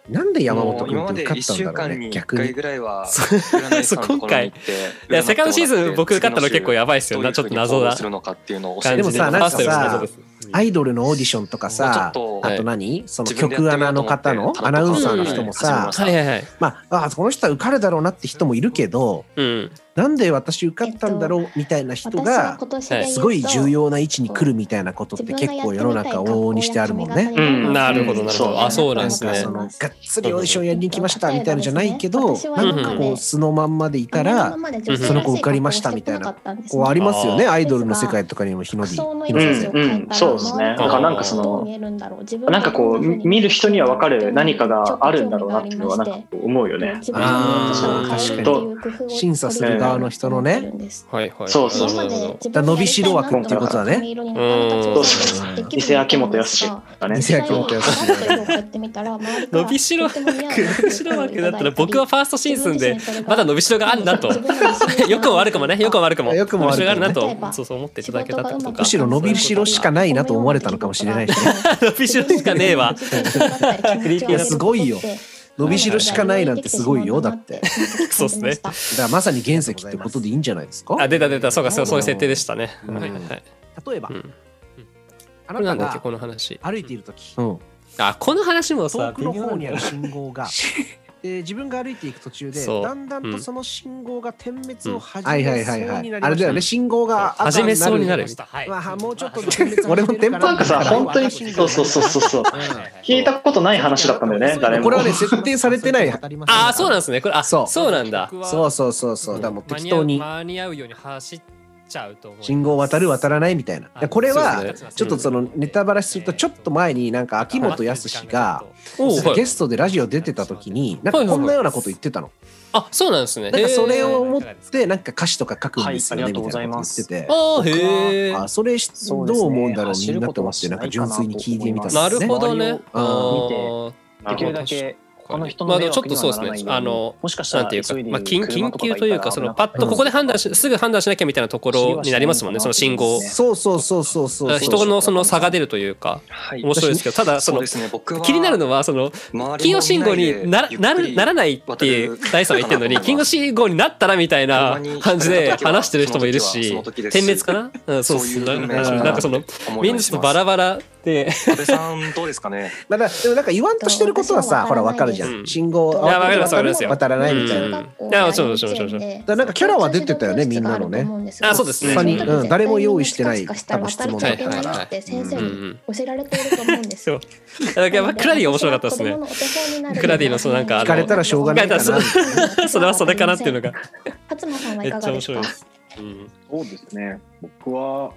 S1: なんで山本
S6: もう
S1: 君
S6: 今
S1: っ
S6: ま
S1: て
S6: で
S1: 受かっ
S6: 1
S1: たん
S6: 週
S1: だろう
S6: 間
S1: ね、
S6: に1
S1: 逆
S6: 回
S1: に。
S6: ぐらいは
S2: そ
S6: 占い師さんのところに行って
S2: いや、セカンドシーズン僕受かったの結構やばいっすよ
S6: どうい
S2: な。
S6: う
S2: ちょ
S6: ふ
S2: っ
S6: う
S2: と
S6: に
S2: 謎
S6: 行動
S2: だ
S6: するのかっていうのを教え
S2: 感
S1: で
S6: て
S2: じ
S1: も
S2: で。
S1: さ
S2: ファーストより
S1: なん
S2: 謎
S1: か
S2: で
S1: さ
S2: す。
S1: アイドルのオーディションとかさ、
S6: もうちょっと
S1: あと何、その
S6: 自分で
S1: 曲
S6: やってみよ
S1: 穴
S6: うと
S1: の
S6: 思って
S1: 方の、アナウンサーの人も
S6: うん始め
S1: さ
S6: ま、し
S2: はいはいはい。
S1: まあ、あこの人は受かるだろうなって人もいるけど、
S2: うん。
S1: なんで私受かったんだろうみたいな人
S3: 私は
S1: が、
S3: 今年で言うと
S1: すごい重要な位置に来るみたいなことって結構世の中往々にしてあるもんね。
S3: 自分が
S2: な
S3: やって
S2: るほど、
S3: みたい
S2: なるほ
S8: そう
S2: ど。あ、そうなんです
S1: なんか
S2: ね
S1: そ。のがっ
S3: ね
S1: つりオーディションやりに来ましたみたいなのじゃないけど、
S3: そうそう
S1: なんかこう素のまんまでいたら、
S2: その
S1: 子受かりましたみたいなこうありますよねアイドルの世界とかにも日の日日
S8: う
S1: の
S8: ん
S1: 先生
S8: うん、そうですね。だからなんかそ
S3: どう
S8: の、
S3: 見えるんだろう自分
S8: なんかこう、見る人には分かる何かがあるんだろうなっていうのは、なんかこう思うよね。
S3: 自分
S1: あ
S3: の
S1: ー
S3: 形を変えるっていう工夫を
S1: 審査する側の人のね。
S2: はいはい。
S8: そうそう
S2: な
S8: そ
S2: る
S8: う
S2: ほ ど。
S1: 伸びしろ枠
S8: ってこと
S1: だね
S2: うん
S8: 伊勢秋元康がね。
S1: 伊勢秋元康
S2: 伸びしろ枠、伸びしろ枠だったら僕はファーストシーズンでまだ伸びしろがあるなと。 良くも悪くもね、良くも悪くも。
S1: 良くも
S2: 伸び
S1: 悪く
S2: しろ
S1: も
S2: があ
S1: ね
S2: るなと、そうそう思っていただけたってことか
S1: む。しろ伸びしろしかないなと思われたのかもしれないしね
S2: 伸びしろしかね えわ。
S1: いやすごいよ伸びしろしかないなんてすごいよだってだか
S2: そうっすね
S1: らまさに原石ってことでいいんじゃないですか
S2: あ、出た出た、そうか、そうそういう設定でしたね。
S1: うん
S2: はいはいはい。
S5: 例えば
S2: う、ん。
S5: あ
S2: これな
S5: なんた
S2: だっけ、こ
S5: が
S2: の話。
S5: 歩いているとき、
S1: うん
S2: あ、この話もさ
S5: 遠、くの
S2: 微妙な
S5: 方
S2: んだ
S5: にある信号が、
S4: で自分が歩いていく途中で
S2: そう
S4: だんだん
S2: う
S4: と
S2: ん
S4: その信号が点滅を始
S1: はいは
S4: め
S1: いはい
S4: そう
S1: は
S4: に
S1: い。
S4: なりました、
S1: あれだよね、信号が赤
S2: 始めそうになるみたいな。
S10: はい。
S4: まあ、もうちょっとで
S1: 俺もテンポ
S8: なんかさ、本当に、
S4: 信
S8: そ
S4: 号
S8: うそうそうそうそう。
S10: はいはいはい
S8: 聞いたことない話だったんだよね、誰も。
S1: これはね、設定されてない。
S2: ああ、そうなんですね。これ、あ、
S1: そ
S2: そううなんだ。
S10: 僕は
S1: そうそうそうそう。だからもう
S10: 間
S1: 適
S10: 合う
S1: 当に
S10: 間に合うように走っちゃうと思う。
S1: 信号渡る渡らないみたいな。でこれ
S2: そう
S1: は
S2: ですね
S1: ちょっとそのネタバラシするとちょっと前になんか秋元康が
S2: おお、は
S1: ゲ
S2: い。
S1: ストでラジオ出てた時になんかこんなようなこと言ってたの。
S2: あ、そうなんですね。
S1: なんかそれ
S2: へー
S1: を思ってなんか歌詞とか書くんですよね
S9: はいありがと
S1: み
S9: うご
S1: た
S9: ざ
S1: い
S9: い
S1: なこと
S9: ま
S1: 言
S9: す
S1: ってて。
S2: ああ、へえ。
S1: あそれど
S9: そうですね
S1: う思うんだろう
S9: 走
S1: みん
S9: る
S1: な
S9: こと
S1: と思ってなんか純粋に聞いてみたん
S2: な
S1: です
S2: る
S1: ね
S2: ほ。どね。
S1: 周
S9: りを
S2: あー
S9: できるだけこの人
S2: ま
S9: の
S2: あで
S9: 迷
S2: もちょっ
S9: 惑に
S2: と
S9: は
S2: そう
S9: な
S2: ですね
S9: らないように、
S2: あの
S9: もしかした
S2: なん
S9: ら
S2: ていうか、
S9: 急いで
S2: まあ、緊緊
S9: 車とか
S2: 急というか、
S9: が
S2: そ
S9: いたら
S2: のパッとここで判断し、すぐ判断しなきゃみたいなところになりますもんね、その信号。
S1: そうそうそうそうそうそう。
S2: 人のその差が出るというか、
S6: はい
S2: 面白いですけど、ただ、そ
S6: そう
S2: の
S6: で、すね、僕は
S2: 気になるのは、その、金曜信号にななるならないって大さんは言ってるのに、金曜信号になったらみたいな感じで話してる人もいるし、点滅かなうん、そうっす
S6: そういう
S2: うん
S6: 文明人
S2: なんかその、みんなちょっとバラバラで、
S6: 安倍さんどうですかね
S1: だからでもなんか言わんとしてることはさ、ほらわかるじゃ。
S2: うんん
S1: 信号
S3: いやわかります
S2: わかりますよ
S1: 渡らないみたいな。
S2: うんいやもちろんもちろんもち
S1: だ
S2: ろん
S1: からなんかキャラは出てたよねみんなのね
S2: あそうですね
S3: 他
S2: 他に
S1: うん誰も用意してない多分質問
S2: だ
S3: だ
S2: ったから
S3: って先生
S2: うんう
S3: に
S2: ん。
S3: 教えられていると思うんですよ。
S2: だから、クラディが面白かったですね。クラディのそのなんかあの聞かれた
S1: らしょうがないかな
S2: 聞かれたらそそれはそれかなっていうのが。
S3: 勝間さんはいかがです
S2: めっちゃ面白
S3: か
S2: いで。うん
S11: そうですね。僕は、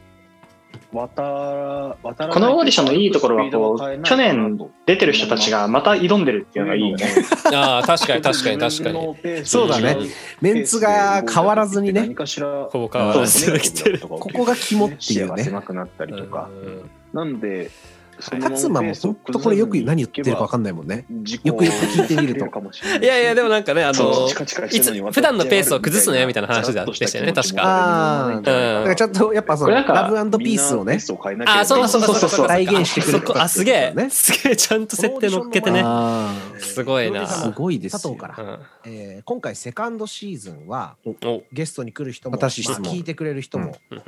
S11: 渡ら、渡らない
S8: このオーディションのいいところはこ
S11: スピード変え
S8: う、
S11: ない
S8: 去年出てる人たちがまた挑んでるっていうのがいいよね。
S2: ああ、確かに確かに確かに。
S11: に
S1: そうだね。メンツが変わらずにね、
S11: 何かしら、
S2: ほぼ変わらず来てる。
S11: こ
S1: ここが肝っていうね。
S11: 狭くなったりとか
S2: う。ん
S11: なんで、
S1: 勝間も本当これよく何言ってるか分かんないもんね。よくよく聞いてみると
S2: いやいや、で
S11: も、
S2: もなんかね、あ
S11: そう
S2: の、
S11: チカチカ
S2: い
S11: して
S2: つ
S11: るのに
S2: 普段のペースを崩すのよみたいな話でしたよね、確か。
S1: あ
S2: う
S1: だから
S2: ん。
S1: ちゃんとやっぱその
S8: これなんか
S1: ラブピースをね、
S2: あ、そうそうそうそうそう。
S1: 体現してくれる
S2: そこあ、すげえ。すげえ、ちゃんと設定乗っけてね。
S1: あ
S2: すごいな。
S1: ーすごいですよ
S4: 佐藤から、えー今回セカンドシーズンは
S2: うんお
S4: ゲストに来る人も、まあ、
S1: 私質問
S4: 聞いてくれる人も、
S2: うん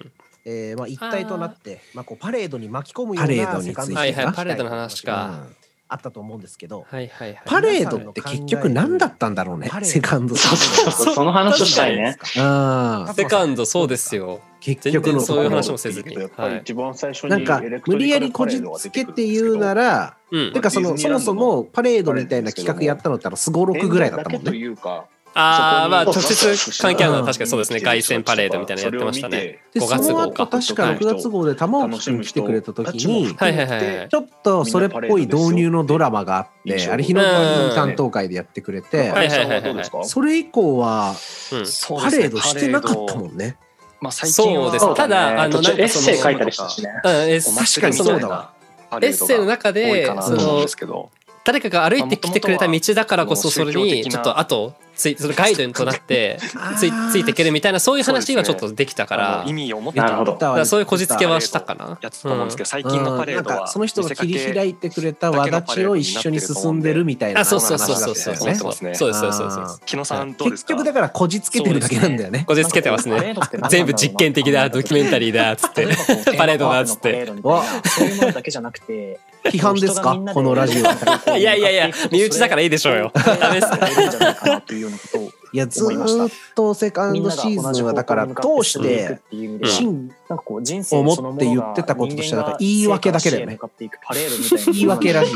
S4: えーまあ、一体となってまあ、こうパレードに巻き込むよ
S1: パ
S4: う
S1: レー
S4: な
S1: ドについて
S4: セカンド
S2: はいはい
S4: シーズンが
S2: パレードの話か
S4: あったと思うんですけど
S2: はいはいはい。
S1: パレードって結局何だったんだろうね
S4: パ、レード
S1: セカンドシ
S8: そう
S1: ーズ
S8: そう
S1: ン。
S8: そう、その話をしたいね。
S1: あー
S2: セカンド、そうですよ。
S1: 結
S2: 全
S1: 局のと
S2: 然
S1: こ
S2: そういう
S1: ろ
S2: 話もせずに。
S11: やっぱり一番最初に
S1: なんか
S11: エレクト
S1: 無
S11: リ
S1: 理
S11: カ
S1: や
S11: ル
S1: り
S11: パ
S1: こ
S11: レ
S1: じ
S11: ードが
S1: つ
S11: 出く
S1: けっ
S11: るん
S1: て
S11: ですけど
S1: 言うなら、
S2: うん
S1: て。かそ
S11: デ
S1: の
S11: ィズ
S1: そ
S11: ニーラ
S1: も
S11: ンド
S1: そもパレードみたいな企画やったのったらすごろくぐらいだったも
S11: 連
S1: ん
S11: 絡だけと
S1: ね。
S11: いうか
S2: ああ、まあ、直
S11: そこに
S2: 接関係あるのは確かにそうですね。凱旋パレードみたいなのやってましたね。
S1: で
S2: 5
S1: そ
S2: 月
S1: の
S2: 号
S1: 後
S2: か。
S1: 確か6月号で玉置君来てくれた時に
S2: はいはいはいはい
S1: ちょっとそれっぽい導入のドラマがあってあれ日の丸担当会でやってくれて、
S2: はいはい
S11: どうですか
S1: それ以降は
S2: うん。
S1: パレードしてなかったもんね。
S6: まあ、最近は
S2: そうです
S8: そうだ
S2: た
S8: ね
S2: だあの
S8: 途中
S2: なんか
S8: エッ
S2: その
S8: セイ書いたりしたしね。
S2: うんえ
S6: お
S2: 確
S6: 祭
S2: かに
S6: り
S2: そ
S6: みたい
S2: の
S6: なパ
S2: エ
S6: レ
S2: ッ
S6: ード
S2: セイの中
S6: が多い
S2: で
S6: かな
S2: そ
S6: と思うん
S2: の
S6: ですけど
S2: 誰かが歩いてきてくれた道だからこそそれにちょっと後ついそのガイドとなってついついていけるみたいなそういう話はちょっとできたか
S6: あ
S2: ら
S6: の意味を持って
S8: なる
S6: た
S8: ほど
S1: だ。か
S2: だかららそういうこじつけはしたかな。
S6: やつだと思うんですけど最近のパレ
S1: な
S6: ー
S1: ん
S6: ドは
S1: かその人が切り開いてくれた輪立ちを一緒に進んでるみたいな
S2: あ、そう
S1: 話
S2: そ
S1: だ
S2: う
S1: った
S2: そうそうそう。
S1: よ
S2: そうで
S1: ね
S2: す
S6: そうですね
S2: そうですそうです。
S6: 木野さんどうで
S1: 結
S6: すか
S1: 局だからこじつけてるだけなんだよね。
S2: こじつけてますね。全部実験的だ、ドキュメンタリーだ、つって。パレードだっつって。
S1: わ
S9: そういうものだけじゃなくて、
S1: 批判ですかこのラジオ。
S2: いやいやいや、身内だからいいでしょうよ。ダメっすね。
S9: いいんじゃないかなっていうようなことを
S1: いやずーっとセカン
S9: みん
S1: ド
S9: なが
S1: シー
S9: 同
S1: ズ
S9: じ
S1: ンはだから
S9: 方向
S1: 通
S9: に
S1: し
S9: 向かって進んでいくっていう意味では
S1: 真
S9: なんかこう人生その
S1: 思
S9: ものが
S1: って言ってたこととしてだから言い訳だけだよね
S9: 人間が生活へ向かっていくパレードみたいな
S1: 言い訳ラジ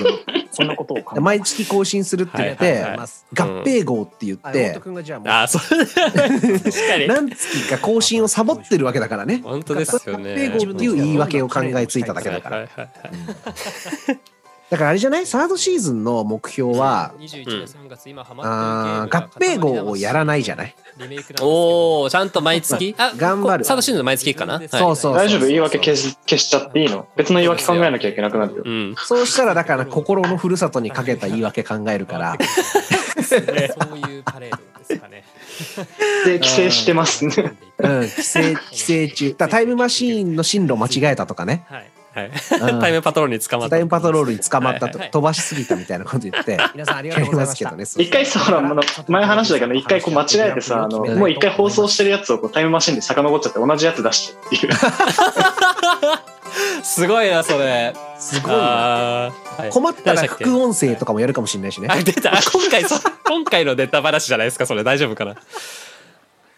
S9: そんなことを考え
S1: オ毎月更新するって言って、
S2: はいはいはい
S1: 合併号って言っ
S4: あ
S1: て
S4: 山本、君がじゃあもう
S2: あ、そう。確かに。
S1: 何月か更新をサボってるわけだからね。
S2: 本当ですよね。
S1: 合併号っていう言い訳を考えついただけだから。
S2: はいはいはい
S1: だからあれじゃないサードシーズンの目標は、
S2: うん
S10: 21年三月今ハマ
S1: あ
S10: って
S1: ー合
S10: るゲー
S1: 併
S10: ムが
S1: 号をやらないじゃない。
S10: リメイクなんですけど
S2: おお、ちゃんと毎月。 あ
S1: 頑張る
S2: サードシーズンの毎月かな。はい
S1: そうそう
S8: 大丈夫言い訳消す消しちゃっていいの別の言い訳考えなきゃいけなくなるよ。
S2: うん。
S1: そうしたらだから心のふるさとにかけた言い訳考えるから。
S10: そういうパレードです かね。
S8: で、帰省してますね。
S1: うん、帰省、帰省中。だからタイムマシーンの進路間違えたとかね。
S10: はい。
S2: は
S1: う
S2: い。
S1: ん
S2: タイムパトロールに捕まった。
S1: タイムパトロールに捕まったと
S2: はいはい
S1: 飛ばしすぎたみたいなこと言って。
S4: 皆さんありがとうございました
S1: ありますけどね
S8: 一回さ、ほら、あの前話だけど、一回こう間違えて さ、あの、もう一回放送してるやつをこうタイムマシンで遡っちゃって同じやつ出してっていう。
S2: すごいな、それ。
S1: すごいな。
S2: あーはい
S1: 困ったら副音声とかもやるかもしれないし ね。
S2: あ出たあ今回そ今回のネタ話じゃないですかそれ大丈夫かな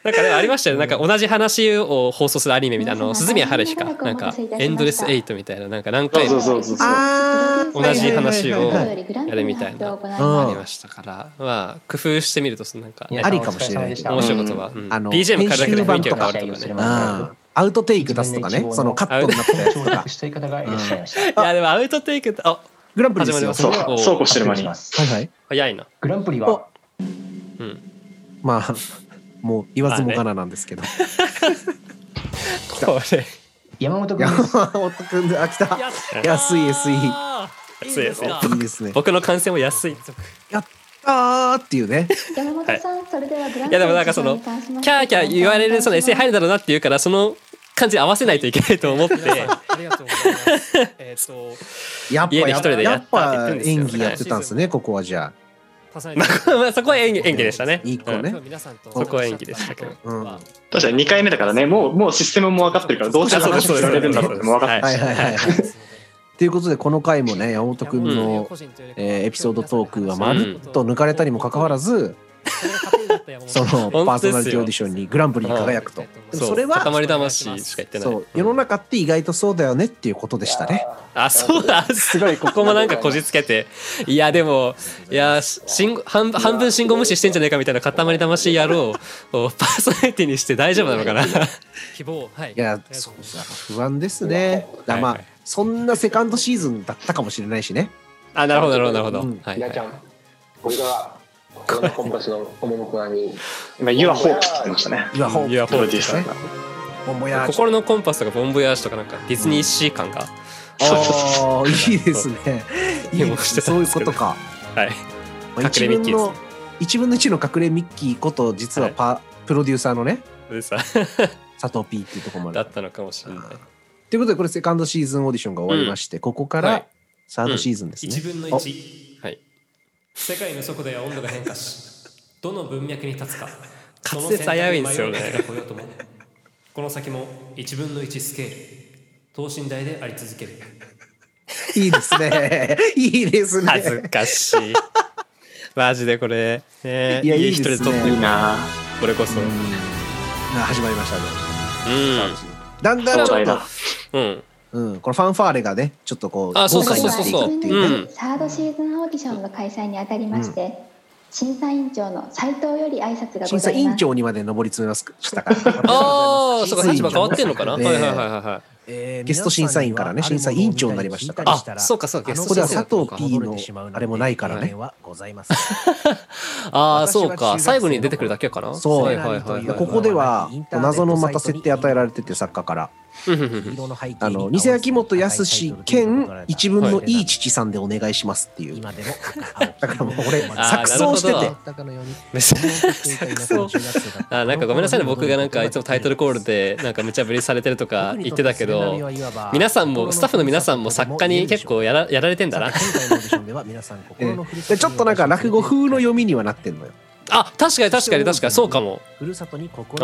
S2: なんかでもありましたよねなんか同じ話を放送するアニメみたいなあの鈴宮春日かなんかエンドレスエイトみたいななんか何回
S8: そう
S2: も
S8: そうそうそう。
S1: あー
S2: 同じ話を
S1: はいはいはいはい
S2: やるみたいな
S1: うん
S2: ありましたからまあ工夫してみるとそのなんか、ね、
S1: ありかもしれないけど
S2: 面白いことは、うん
S1: あの
S2: BGM 変えるだけで雰囲気が変わる
S12: 編
S2: と
S12: 集版とか
S2: かね
S1: うんアウトテイク出すとかね、そのカットになってたやつと か。
S12: したい方がいらっしゃいました。
S2: いやでもアウトテイクあ
S1: グランプリで
S2: 始ますり
S1: よ。
S2: ま
S1: は
S2: す ねおー
S8: そうこうしてる間に。
S1: いはい。
S2: 早いな
S12: グランプリは
S2: うん
S1: まあ、もう言わずもがななんですけど。
S2: これ
S12: 山本君です
S1: 山本くんで、あ、来た。安い安い
S2: 安いですね
S1: いいですね。
S2: 僕の感染も安い
S1: あーっていうね。
S3: 山本さん、それではグラン
S2: いやでもなんかそのキャーキャー言われるそのエセ入るだろうなっていうからその感じに合わせないといけないと 思って
S4: 皆さんありがとうございます。えっと、
S1: やっぱ、
S2: 家で一人
S1: や
S2: でや
S1: っ
S2: ったって言
S1: ぱ
S2: ってんですよ
S1: 演技やってたんですね、ここはじゃ
S4: 多彩
S2: ま
S4: な
S2: あまあ そこは演技演技でしたね
S1: いい子ね
S4: 今日皆さんと
S2: そこは演技でしたけど
S1: うん
S8: 確かに2回目だからね、もう、もうシステムも分かってるから、どうせ
S2: あそうで
S8: 話
S2: すそ
S8: 振
S2: うです
S8: られるんだろうってもう分か
S1: あ。
S8: って
S1: はい
S8: る。
S1: はいはいはい。ということで、この回もね、山本くんの、えーエピソードトークはまるっと抜かれたにもかかわらず、そのパーソナリティオーディションにグランプリに輝くと。
S2: そう
S1: それは
S2: 塊魂しか言ってない
S1: そう、世の中って意外とそうだよねっていうことでしたね。
S2: あそうだすごいここもなんかこじつけていやでもいやし信号半半分信号無視してんじゃねえかみたいな塊魂野郎をパーソナリティにして大丈夫なのかな
S4: 希望はい。
S1: いや、そうだ、不安ですね。だからまあ、
S2: はいはい
S1: そんなセカンドシーズンだったかもしれないしね。
S2: あなるほどなるほどなるほど、
S1: うん
S2: はい
S13: ひなちゃん、これが心のコンパスの赴くなに。
S8: 今、You are Hope って言ってましたね。
S1: いわほう、
S2: いやほう
S8: プロデューサーが。
S1: ほんもや。
S2: 心のコンパスとかボンボヤージュとかなんかディズニーシー感が、
S1: ああ、いいですね。いい
S2: メ
S1: で
S2: モ
S1: す
S2: し
S1: ね
S2: てた
S1: そうんいう
S2: です
S1: こ
S2: けど
S1: とか。
S2: はい
S1: まあ
S2: 隠れミッキーです
S1: 1分の1分の1の隠れミッキーこと、実はパ、プロデューサーのね、
S2: でさ
S1: 佐藤 P っていうところま
S2: だ
S1: で
S2: っ。たのかもしれない
S1: ということで、これセカンドシーズンオーディションが終わりまして、ここか
S2: はい
S1: らサードシーズンですね。
S4: 1分の1
S2: はい
S4: 世界の速度や温度が変化し どの文脈に立つか
S2: 滑舌危ういんですよね
S4: その選択に迷うこともこの先も1分の1スケール等身大であり続ける
S1: いいですね。いい です
S2: 恥ず
S1: ね。
S2: かしいマジでこれ、ね、
S1: いやいい
S2: 一人
S1: ですね
S2: 撮って
S8: い
S2: る
S8: いなぁ。
S2: これこそ
S1: あ始まりましたね。
S2: う
S1: だんだんちょ
S8: 壮
S1: っ
S8: 大
S1: と
S8: だ、
S2: んうん
S1: うん、このファンファーレがね、ちょっとこう、
S2: あそうそう
S1: 豪華に
S2: そ
S1: なっ
S2: うそ
S1: ていく
S2: うそう
S1: っていうね。
S2: ん
S3: サードシーズンオーディションが開催にあたりまして、審査委員長の斉藤より挨拶がご
S1: 審
S3: ざ
S1: 査委
S3: い
S1: 員
S3: ます。
S1: 長にまで上り詰めましたから。
S2: ああそうか立場変わってんのかな、
S1: ね
S2: はいはいはいはいはい
S5: ゲ
S1: ゲスト審査員からね審査委員長になりましたから
S2: あそうかそうかゲス
S5: こ
S1: こ
S2: ト
S1: で
S2: 先
S1: は
S2: 生
S1: 佐
S2: だ
S1: 藤 P のあれもないからね。
S5: ございます。
S2: ああ
S5: 私は
S2: そうか最後に出てくるだけかな
S1: そう
S2: はいはいはい
S1: ここでは謎のまた設定与えられてて作家から
S2: うんうんうん
S1: あの偽秋元康兼一文のいい父さんでお願いしますっていう
S5: 今でも
S1: だからもう俺
S2: あ
S1: 錯
S2: ー
S1: 綜して
S2: なる
S1: て
S2: ほあ なんかごめんなさいね僕がなんかいつもタイトルコールでなんか無茶ぶりされてるとか言ってたけど皆さんもスタッフの皆さんも作家に結構やらやられてんだな
S1: でちょっとなんか落語風の読みにはなってんのよ
S2: あ確かに確かに確かにそうかも
S5: ふるさとに心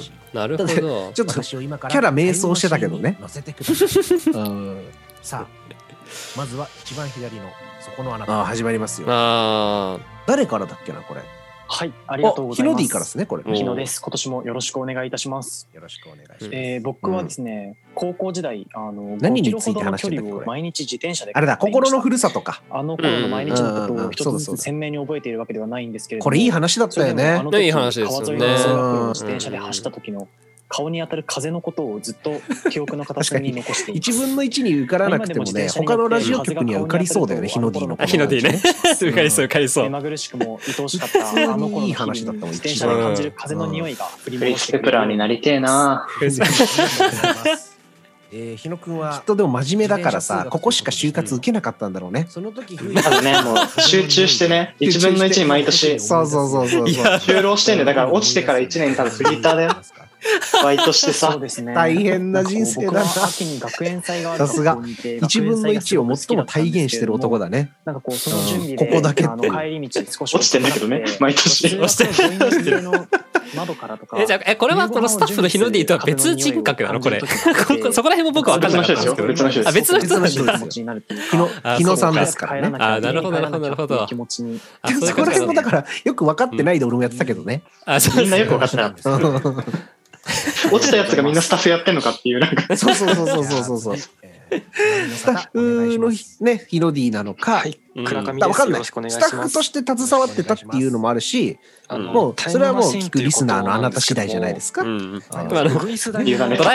S2: あ
S5: 寄せてほしい
S2: あなるほど
S1: ちょっと
S5: 私を今から
S1: キャラ迷走してたけどね
S5: タイムマシンに乗せてくださいさあまずは一番左のそこのあな
S1: あー
S5: た
S1: 始まりますよ
S2: ああ
S1: 誰からだっけなこれ
S9: はい、ありがとう
S1: あ
S9: ご
S1: ヒ
S9: ざい
S1: ノ
S9: ます。
S1: ディからですねこれ
S2: お
S9: 日野です。今年もよろしくお願いいたします。
S5: よろしくお願いします
S2: うん
S9: えー、僕はですね、高校時代、あの、
S1: 何
S9: 5キ
S1: に
S9: ロ
S1: つい
S9: ほ
S1: て
S9: どの
S1: 話し
S9: 距
S1: てたっけ
S9: 離を毎日自転車で。
S1: あれだ心のふるさとか
S9: あの頃の毎日のことを一つ
S1: うんうんうんそうだそう
S9: ず
S1: だ
S9: つ鮮明に覚えているわけではないんですけれども、
S1: これいい話だったよね
S9: それ
S2: いい
S9: でもあの
S2: 話で
S9: 時
S2: すよね
S9: 川沿いの通学路を自転車で走った時の顔に当たる風のことをずっと記憶の片隅に 残しています
S1: 1分の1に受からなくてもね他のラジオ局には受かりそうだよねヒノディのこ
S2: あ
S1: の
S2: ヒノディね受かりそう受かりそう
S9: 目まぐるしくも愛おしかったあの頃の日々に自転車で感じる風の匂いが振り
S8: フリ
S9: 回
S8: ー
S9: し
S8: ス・
S9: て
S8: ペ
S9: く
S8: プ
S9: れ
S8: ラーに
S9: る
S8: なりてえなぁ。
S5: えー日野くんは
S1: きっとでも真面目だからさここしか就活受けなかったんだろうね
S5: その時
S8: だからね、もう集中してね、1分の1に毎年
S1: そうそうそうそうそう
S8: 就労してんだよ。だから落ちてから1年多分フリーターだよ。バイトして
S9: そう
S8: さ。
S9: ですね
S1: 大変な人生だな
S9: なんかこう僕は秋に学園祭がある
S1: さすが
S9: 学校にいて
S1: 1分の1を最も体現してる男だね
S9: なんかこうその準備で、
S1: うんここだけっ て。
S9: あの帰り道少 し
S8: 落ちてんだけどね毎年
S9: 落ちてる。窓からとか。
S2: え、じゃあ、え、これはこのスタッフの日のディとは別人格なのこれ。そこら辺も僕は分かんなかったんですけど。
S9: 別の人です。
S2: 別の人です。
S9: 別の人なんです
S1: 日野さんですからね。
S2: あ、なるほど、なるほど、なるほど。
S9: 気持ちに。
S1: そこら辺もだから、よく分かってないで俺もやってたけどね。
S2: あ、
S9: みんなよく分かってなかった。落ちたやつがみんなスタッフやってんのかっていう、なんか。
S1: そうそうそうそうそうそう。スタッフのね、ヒロディなのか、
S6: 倉上です。わかんない。ス
S1: タッフとして携わってたっていうのもあるし、もう、それはもう聞くリスナーのあなた次第じゃないですか。
S2: ドラ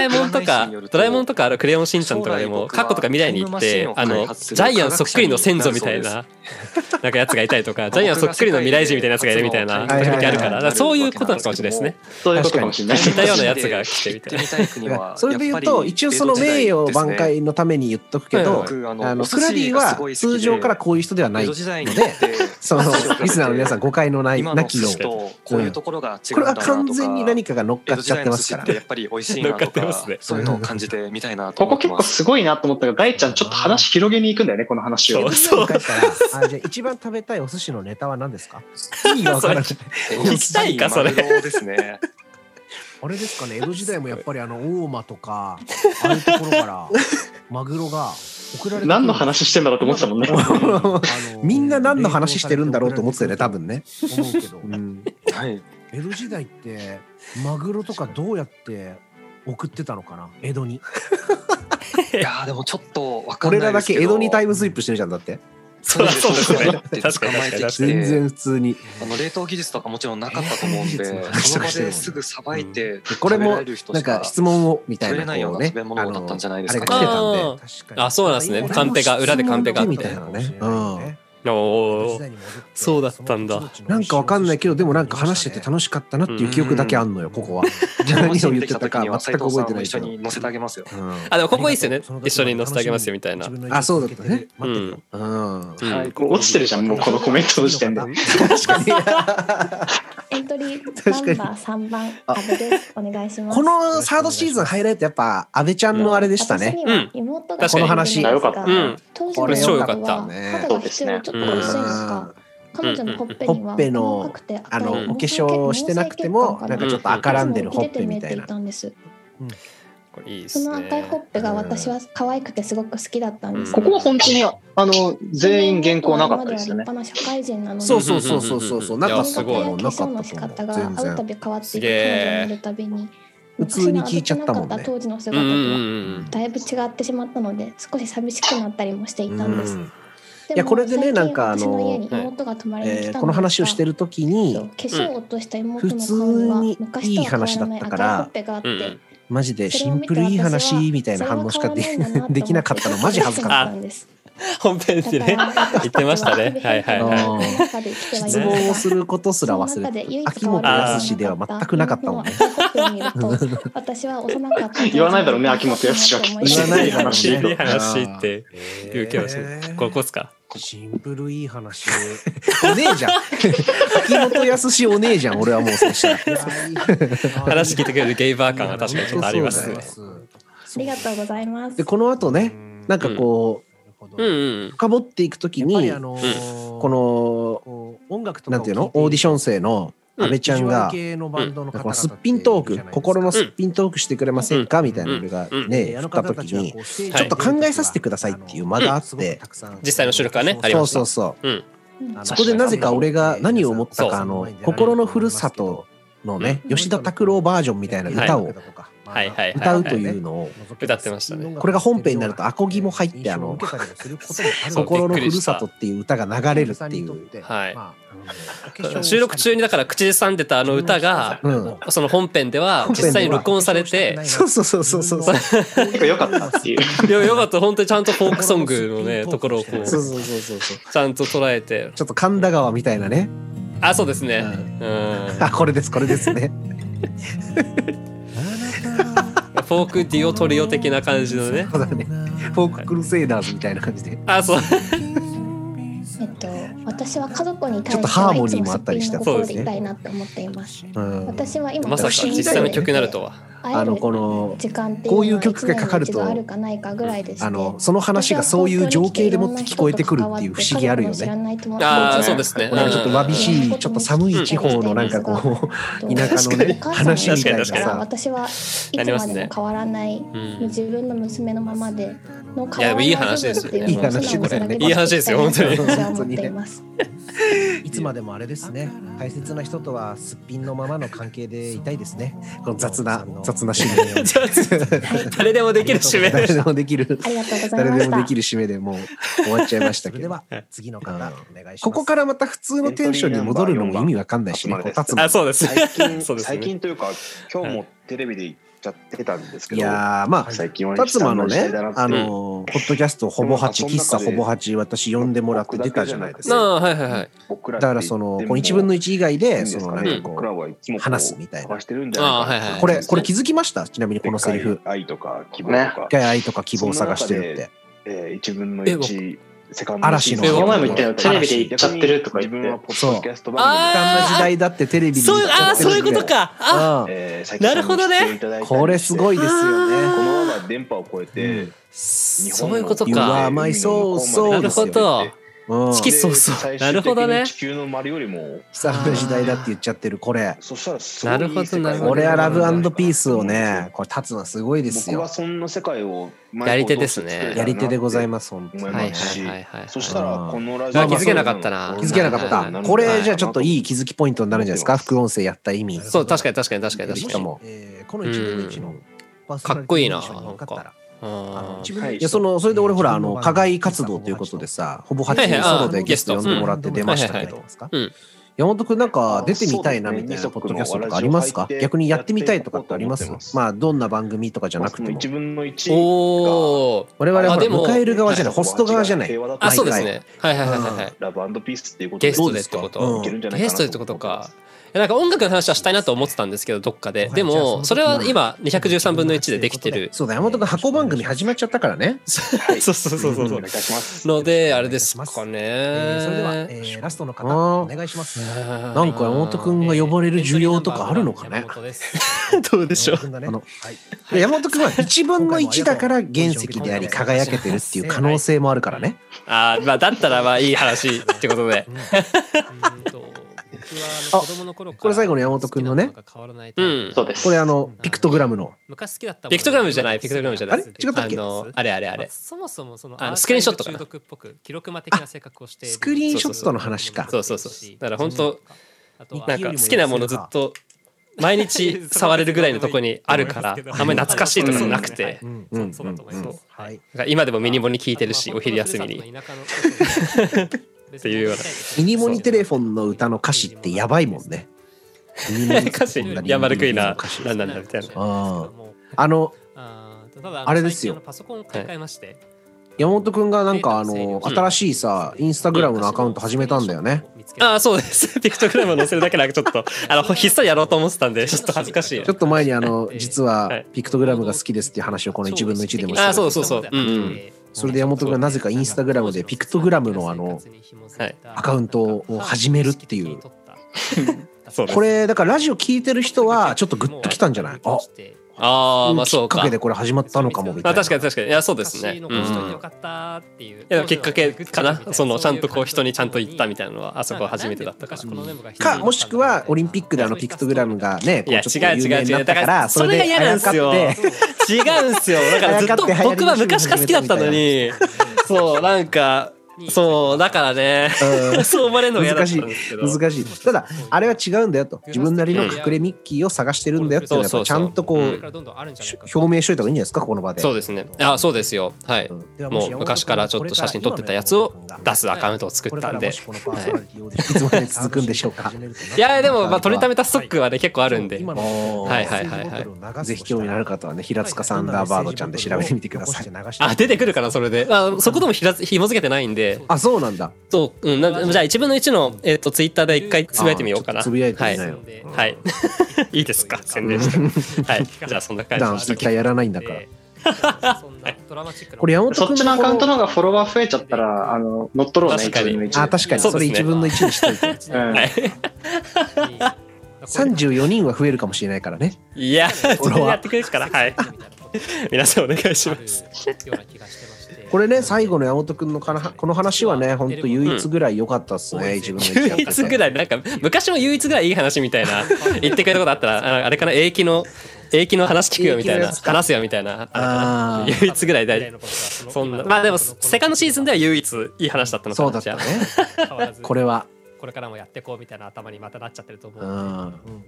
S2: えもんとか、ドラえもんとか、クレヨンしんちゃんとかでも、過去とか未来に行って、あの、ジャイアンそっくりの先祖みたいな、 なんかやつがいたりとか、ジャイアンそっくりの未来人みたいなやつがいるみたいな、時々あるから、そういうことなのかもしれないですね。
S9: そういうことかもしれない。
S2: 似たよ うなやつが来てみたい
S1: な。それで言うと、一応その名誉挽回のために言っとくけど、あの、クラディは通常からこういう人ではないので、そ の、リスナーの皆さん誤解のない、なきよう、こういうところがこれは完全に何かが乗っかっちゃってますから。
S6: やっぱり美味しいなとか、そういうのを感じてみたいな
S9: ここ結構すごいなと思ったが、ガイちゃんちょっと話広げに行くんだよね、この話を。
S1: そうそう。あ、じゃ一番食べたいお寿司のネタは何ですか意味がわからない。
S2: 聞きたいか、それ。
S6: ですね。
S1: あれですかね江戸時代もやっぱりあの大間とかああいうところからマグロが送られて
S9: 何の話してんだろうと思って たもんね
S1: みんな何の話してるんだろうと思ってたよね多分ね、
S5: 思うけど、うん
S1: はい江戸時代ってマグロとかどうやって送ってたのかな江戸に
S6: いやでもちょっと分
S1: かんない俺らだけ江戸にタイムスリップしてるじゃんだって、
S2: そうそうですね。
S1: 捕まえてきて全然普通に。
S6: あの冷凍技術とかもちろんなかったと思うんで、その場ですぐさばいて、
S1: これもなんか質問をみたいな
S6: 取れないような食べ物だったんじゃないです
S1: か。あ
S2: あ、そうなんですね。カンペが裏でカンペがあってみ
S1: たいなね。うん。
S2: おそうだったんだ
S1: なんかわかんないけどでもなんか話してて楽しかったなっていう記憶だけあんのよここは 何を言ってたか全く 覚えてない
S6: 一緒に乗せてあげますよ、
S2: あでもここいいですよね一緒に乗せてあげますよみたいな
S1: あそうだったね
S2: うん、うん
S9: 落ちてるじゃんもうこのコメントの時点で
S1: 確
S3: かにエントリーナンバー3番阿部ですお願いします
S1: このサードシーズンハイライトやっぱ阿部ちゃんのあれでしたね、
S3: うん、こ
S1: の話
S9: よかった
S2: これ超よかった。
S3: そうですね彼女のほっぺ
S1: ほっぺのあのお化粧してなくてもなんかちょっと赤らんでるほっぺみたいな。
S3: その赤いほっぺが私は可愛くてすごく好きだったんです。
S9: ここは本当にあの全員原稿なかったですよね。
S3: 社会人なので、
S1: そうそうそうそうそうなかった
S3: もんなかったもん。仕方が会うたび変わっていく彼女を見るたびに。
S1: 普通に聞いちゃったもんね。
S3: 当時の姿とはだいぶ違ってしまったので、少し寂しくなったりもしていたんです。
S1: いやこれでねなんかあの、えこの話をしてる時に普通にいい話だったからマジでシンプルいい話みたいな反応しかできな かったのマジ恥ずかった。
S2: 本編でね言ってました ね。はいはいはい
S1: 質問をすることすら忘れて、秋元康では全くなかったもんね。
S3: 私は幼かった。
S9: 言わないだろうね、秋 元康は。
S1: 言わない話。
S2: いい話って言うけど、ここっすか。。
S1: シンプルいい話。お姉じゃん。秋元康お姉じゃん、俺はもうそうした
S2: 話聞いてくれるゲイバー感は確かにちょっとありますね。
S3: ありがとうございます。
S1: で、この後ね、なんかこう。深掘っていくときに、あのこの音楽なんていうのオーディション生の阿部ちゃんが、このすっぴんトーク心のすっぴんトークしてくれませんかみたいなのがね振ったときにちょっと考えさせてくださいっていう間があって
S2: 実際の収録はね
S1: そうそうそうそこでなぜか俺が何を思ったかあの心のふるさとのね吉田拓郎バージョンみたいな歌を歌うというのを
S2: 歌ってましたね
S1: これが本編になるとアコギも入ってあの心のふるさとっていう歌が流れるっていう。
S2: はい収録中にだから口ずさんでたあの歌が、その本編では実際に録音されて
S1: そうそうそうそうそう結
S9: 構よかったっていう
S2: いやよかった本当にちゃんとフォークソングのねところをこう
S1: そうそうそうそう
S2: ちゃんと捉えて
S1: ちょっと神田川みたいなね
S2: あそうですね、うん
S1: あこれですこれですね
S2: フォークディオトリオ的な感じのね。
S1: そうだね。フォーククルセイダーズみたいな感じで。
S2: あ、そう。
S3: えっと、私は家族に対してはいつもすっぴんの心でいたいなと思っています。私は 今、
S2: まさか実際の曲になるとは。
S1: あのこのこういう曲がかかるとあのその話がそういう情景でもって聞こえてくるっていう不思議あるよね。
S2: ああそうですね。
S1: ちょっとわびしいちょっと寒い地方のなんかこう田舎のね話みたいなさ。
S3: 私はいつまでも変わらない自分の娘のままでの
S2: いやいい話ですよね。
S1: いい話
S2: これね。いい話ですよ本当に。
S1: 本当にね。 いつまでもあれですね。大切な人とはすっぴんのままの関係でいたいですね。この雑な雑な締 めを。
S2: 誰でもできる締め。
S1: 誰でもできる。
S3: ありがとうございます。
S1: 誰でもできる締めでもう終わっちゃいましたけど。では次の方お願いします。ここからまた普通のテンションに戻るのも意味わかんないしね。
S2: あそうです。
S14: 最近というか今日もテレビで。ちゃってたんですけど。
S1: いやまあ、最近は辰馬のね、あの、ポッドキャスト、ほぼ8、喫茶ほぼ8、私呼んでもらって出たじゃないですか。
S2: はいはいはい。
S1: だからその、1分の1以外で、その、なんかこう、話すみたいな。これ、これ気づきましたちなみにこのセリフ。
S14: 愛とか希望とか。
S1: で愛とか希望を探してるって。
S14: え、1分の1。
S1: 嵐の。。
S9: この前も言ったよ。テレビで言っちゃってるとか言って
S1: そう。時代だってテレビ
S2: そういう、ああ、そういうことか。あなるほどね。
S1: これすごいですよね。
S14: このまま電波を超えて、
S2: そういうことか。
S1: そうそう。
S2: なるほど。チキそうそう。なるほどね。
S14: 地球の丸よりも。
S1: 悲惨な時代だって言っちゃってる、これ。
S14: そしたら
S2: なるほど、なるほど。
S1: 俺はラブピースをね、これ立つのはすごいですよ。
S14: 僕はそんな世界を
S2: やり手ですね。
S1: やり手でございます、本当に。
S2: はいはいはい。
S14: そしたら、このラ
S2: ジオ。気づけなかったな。
S1: 気づけなかった。これ、じゃあちょっといい気づきポイントになるんじゃないですか、副音声やった意味。
S2: そう、確かに確かに確かに確かに。
S1: この1分の1の
S2: かっこいいな。なんか。
S1: いやそのそれで俺ほらあの課外活動ということでさほぼ8人ソロでゲスト呼んでもらって出ましたけど山本君なんか出てみたいなみたいなポッドキャストとかありますか逆にやってみたいとかってありますまあどんな番組とかじゃなくても
S2: お
S1: 我々は迎える側じゃないホスト側じゃない
S2: あそうですねはいはいはいはい
S14: ラブピースっていうこと
S2: ゲストでってことゲストでってことかなんか音楽の話はしたいなと思ってたんですけどどっかででもそれは今213分の1でできてる
S1: そうだ山本君箱番組始まっちゃったから ね
S2: そうそうそうそうそうのであれですかねそれ
S1: では、えー、ラストの方お願いしますなんか山本君が呼ばれる需要とかあるのかね
S2: どうでしょう
S1: 山本君は1分の1だから原石であり輝けてるっていう可能性もあるからね
S2: あまあだったらまあいい話ってこ とで
S1: あこれ最後の山本君のね、
S2: うん、
S9: そうです
S1: これあのピクトグラムの
S2: 昔好きだったピクトグラムじゃないピクトグラムじゃない
S1: あれ違ったっけ
S2: あれあれあれそもそもそのあのスクリーンショットかな記録魔的な性格をして
S1: スクリーンショットの話か
S2: そうそうそうだから本当なんか好きなものずっと毎日触れるぐらいのとこにあるからあんまり懐かしいとかなくて今でもミニモに聞いてるしお昼休みに。っていうような
S1: ミニモニテレフォンの歌の歌詞ってやばいもんね
S2: 歌詞ヤマルクイナなんなんだみたいな
S1: あのあれですよ山本君がなんかあの新しいさインスタグラムのアカウント始めたんだよね
S2: ああそうですピクトグラム載せるだけなんかちょっ とあのひっそりやろうと思ってたん でちょっと恥ずかしい
S1: ちょっと前にあの実はピクトグラムが好きですっていう話をこの1分の1でもして
S2: あそうそうそううん、うん
S1: それで山本君がなぜかインスタグラムでピクトグラムのあのアカウントを始めるっていう。これだからラジオ聞いてる人はちょっとグッときたんじゃないあ
S2: ああまあそう
S1: か。きっかけでこれ始まったのかもみたい。
S2: な。確かに確かに。いやそうですね。うん、いやきっかけかな。そのちゃんとこう人にちゃんと言ったみたいなのはあそこ初めてだったから
S1: かもしくはオリンピックであのピクトグラムがね、
S2: いや違う違う違う。だから
S1: それ
S2: が嫌なんですよ。違うんですよ。だからずっと僕は昔から好きだったのに、そうなんか。そうだからね、 そう思われるのが嫌だったんですけど
S1: 難しいただあれは違うんだよと自分なりの隠れミッキーを探してるんだよってちゃんとこう表明しといた方がいいんじゃないですかこの場で
S2: そうですねあそうですよはいもう昔からちょっと写真撮ってたやつを出すアカウントを作ったんでい
S1: つまで続くんでしょう か
S2: いやでもまあ取りためたストックはね結構あるんではいはいはいはい
S1: ぜひ興味のある方はね平塚さんダーバードちゃんで調べてみてください
S2: あ出てくるからそれであそこでもひら紐付けてないんで
S1: あそうなんだ
S2: そううんなじゃあ1分の1の、えーと、とツイッターで一回つぶやいてみようかな
S1: つぶやいて
S2: みようはい、はい、 いいですか宣伝してはいじゃあそんな感じ
S1: でツイッターやらないんだ から
S9: これ山本そっちのアカウントの方がフォロワー増えちゃったらあの乗っ取ろうね
S1: 確かにあ確かにそれ1分の1にしといて、
S2: はい
S1: 34人は増えるかもしれないからね。
S2: いや、それやってくれるから、はい。皆さんお願 いします。
S1: これね、最後の山本君のかなこの話はね、本当唯一ぐらい良かったっすね、自分
S2: の 唯一ぐらい、なんか、昔も唯一ぐらいいい話みた いな、言ってくれたことあったら、あれかな、永久の。永久の話聞くよみたいな話すよみたいな唯一ぐらいだ そんなまあでもセカンドシーズンでは唯一いい話だったのか
S1: なそうだったねこれは
S4: これからもやっていこうみたいな頭にまたなっちゃってると思うので、うん、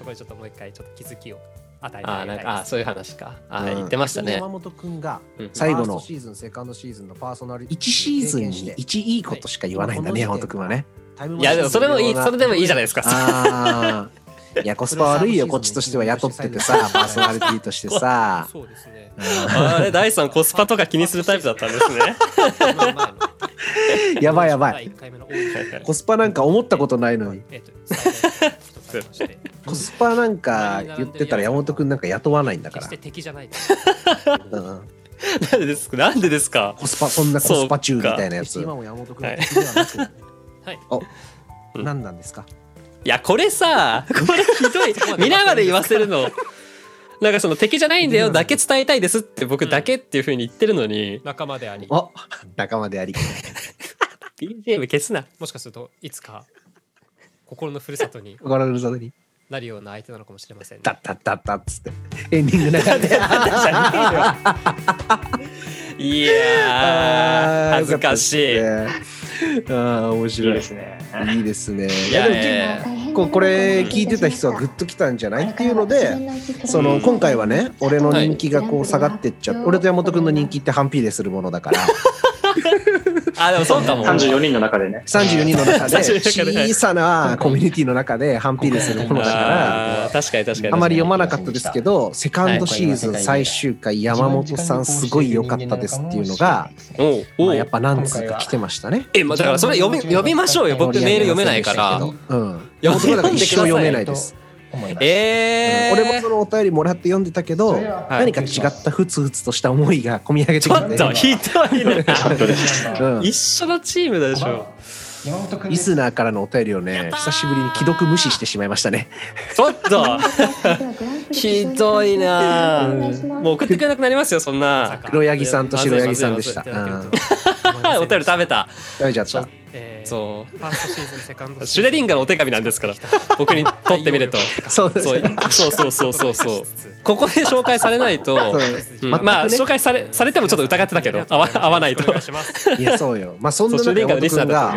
S4: そこでちょっともう一回ちょっと気づきを与えて
S2: あなんかあそういう話かあ、言ってましたね
S1: 山本君が最後のシーズンセカンドシーズンのパーソナリティ1シーズンに1いいことしか言わないんだね山本君はね
S2: いやでもそれもいいそれでもいいじゃないですか
S1: いや、コスパ悪いよ、こっちとしては雇ってて さ、パーソナリティとしてさ。
S4: そうですね。
S2: あれ、第3コスパとか気にするタイプだったん ですね。
S1: やばいやばい。コスパなんか思ったことないのに。コスパなんか言ってたら山本君なんか雇わないんだから。
S4: 敵じゃない。
S2: なんでですかなんでですか
S1: コスパ、そんなコスパ中みたいなやつ。
S5: 今も山本君は
S4: はい。
S1: お、何なんですか
S2: いやこれさこれひどい皆まで言わせるのなんかその敵じゃないんだよだけ伝えたいですって僕だけっていうふうに言ってるのに
S4: 仲間であり
S1: あ仲間であり
S2: BGM 消すな
S4: もしかするといつか心のふるさとに
S1: 心のふるさとに
S4: なるような相手なのかもしれません、ね、
S1: だったったったっつってエンディング流れ て
S2: いや恥ずかしい。
S1: ああ面白い
S9: ですね。
S1: いいですね。いやでも結構これ聞いてた人はグッときたんじゃないっていうので、その今回はね、俺の人気がこう下がってっちゃう。俺と山本君の人気って反比例するものだ から。
S2: あでもそうかも。
S9: 三十四人の中でね。
S1: 三十四人の中で小さなコミュニティの中で反比例するものだから。
S2: 確かに確かに。
S1: あまり読まなかったですけど、セカンドシーズン最終回山本さんすごい良かったですっていうのが、まあやっぱ何通か来てましたね。
S2: えまあだからそれ読み読みましょうよ。僕メール読めないから。
S1: うん。読んで一生読めないです。
S2: え
S1: ー、俺もそのお便りもらって読んでたけど、何か違ったふつふつとした思いが込み上げてきてち
S2: ょっとひどいね、一緒のチームでしょ
S1: リスナーからのお便りをね久しぶりに既読無視してしまいましたね
S2: ちょっとひどいな、もう送ってくれなくなりますよそんな
S1: 黒柳さんと白柳さんでした、
S2: お便り食べた
S1: 食べちゃった
S2: そう。シュレディンガーのお手紙なんですから、僕にとってみると。
S1: そうそう
S2: そうそうそうそう。ここで紹介されないと、うん、まあ紹介されされてもちょっと疑ってたけ ど、合わ合わないと。
S1: いやそうよ。まあそんな中で山本君がサ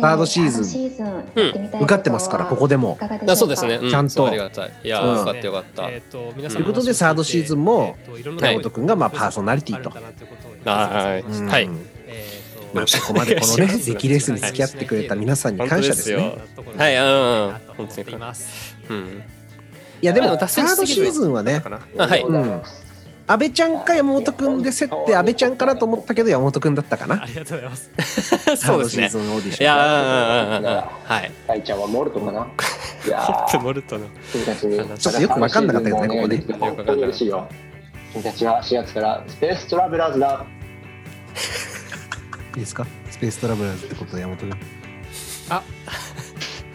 S1: ードシーズン、うん、受かってますからここでも。
S2: あそうですね。
S1: ちゃんと。
S2: ありがたい。いやよかったよかった。
S1: ということでサードシーズンも山本君がまあパーソナリティと。
S2: はい。はい。
S1: まあ、ここまでこのね、激レースに付き合ってくれた皆さんに感謝ですね。
S2: はい、うん、本当に。
S1: うん。いや、でも、サードシーズンはね、。
S2: はい。うん
S1: 安倍ちゃんか山本君で競って安倍ちゃんかなと思ったけど山本君だったかな。
S4: ありがとうございます。
S2: そうですね。いやはい。
S13: 大ちゃんはモルト かな。
S2: いやー。モルトの。
S1: ちょっとよくわかんなかったけどねここで。
S13: 本当に嬉しいよ。君たちは4月からスペーストラベラーズだ。
S1: いいですかスペーストラベラーズってこと山本君
S4: あ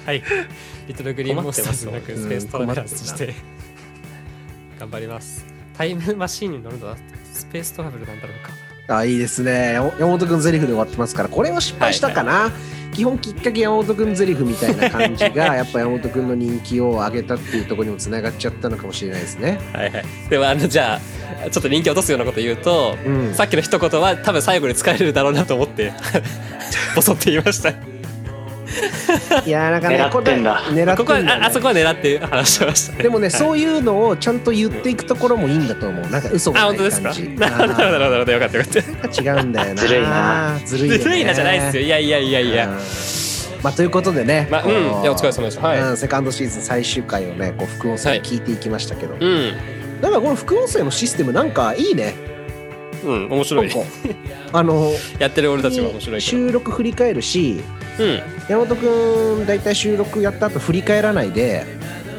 S4: はいリトルグリーンモンスターズなくスペーストラベラーズとして頑張りますタイムマシーンに乗るのはスペーストラベルなんだろう
S1: かあいいですね山本君ゼリフで終わってますからこれは失敗したかな、はい、基本きっかけ山本君ゼリフみたいな感じ がやっぱ山本君の人気を上げたっていうところにもつながっちゃったのかもしれないですね
S2: はいはいでもあのじゃちょっと人気落とすようなこと言うと、うん、さっきの一言は多分最後に使えるだろうなと思って ボソって言いました
S1: いやなんかね
S9: 狙ってんだ
S1: 狙って
S2: ここはあそこは狙って話してました、
S1: でもね、そういうのをちゃんと言っていくところもいいんだと思うなんか嘘がない感じ
S2: なるほどなるほどよかったよか
S1: った違うんだよな
S9: ずるいな
S1: ずるい、
S2: ずるいなじゃないですよいやいやいやいや、
S1: まあ、ということでね、
S2: まあ、うん、いやお疲れ様でした、はい、
S1: うん、セカンドシーズン最終回をねこう副音声聞いていきましたけど、はい
S2: うん
S1: なんかこの副音声のシステムなんかいいね。
S2: うん、面白い。
S1: あの
S2: やってる俺たちも面白い
S1: 収録振り返るし、
S2: うん、
S1: 山本君大体収録やった後振り返らないで、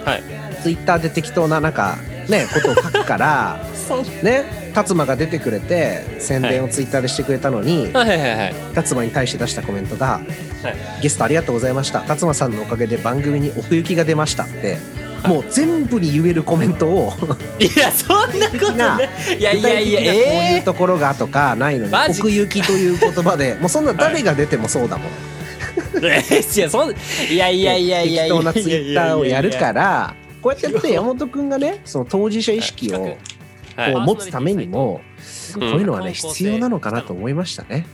S2: はい、
S1: ツイッターで適当ななんかねことを書くからね達馬が出てくれて宣伝をツイッターでしてくれたのに、
S2: はいはいはいはい、
S1: 達馬に対して出したコメントが「はい、ゲストありがとうございました達馬さんのおかげで番組に奥行きが出ました」ってもう全部に言えるコメントを
S2: いや そんなことないいやいやいや
S1: こういうところがとかないのに、えー、奥行きという言葉でもうそんな誰が出てもそうだもん。はい
S2: いやそんいやいやいやいや
S1: 適当なツイッターをやるからこうやってやって山本君がねその当事者意識をこう持つためにもこういうのはね必要なのかなと思いましたね。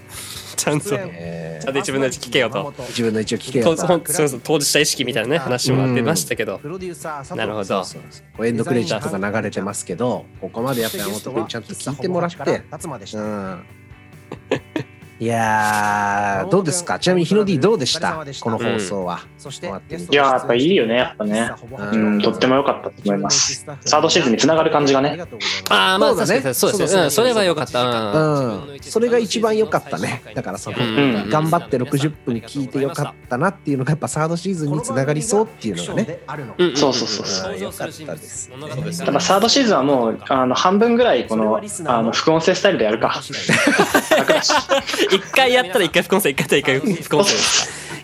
S2: ちゃんと、えー、ちゃんと自分の一聞けよと
S1: 自分の一応聞けよ
S2: とそうそう当事者意識みたいなね話も出ましたけど、なるほど
S1: エンドクレジットが流れてますけどここまでやっぱ山本君ちゃんと聞いてもらって、うん いやどうですかちなみにヒノディどうでしたこの放送は。
S9: うん、いややっぱいいよね、やっぱね。うん、とっても良かったと思います。サードシーズンにつながる感じがね。
S2: ああ、まあ確かにそうですね。それは良かった。
S1: うん。それが一番良かったね。だからその、頑張って60分聞いて良かったなっていうのが、やっぱサードシーズンにつながりそうっていうのがね。
S9: そうそうそう。
S1: 良かったです。
S9: やっぱサードシーズンはもう、あの半分ぐらい、この、あの副音声スタイルでや るか。
S2: 一回やったら一回副音声一回やったら一回副音声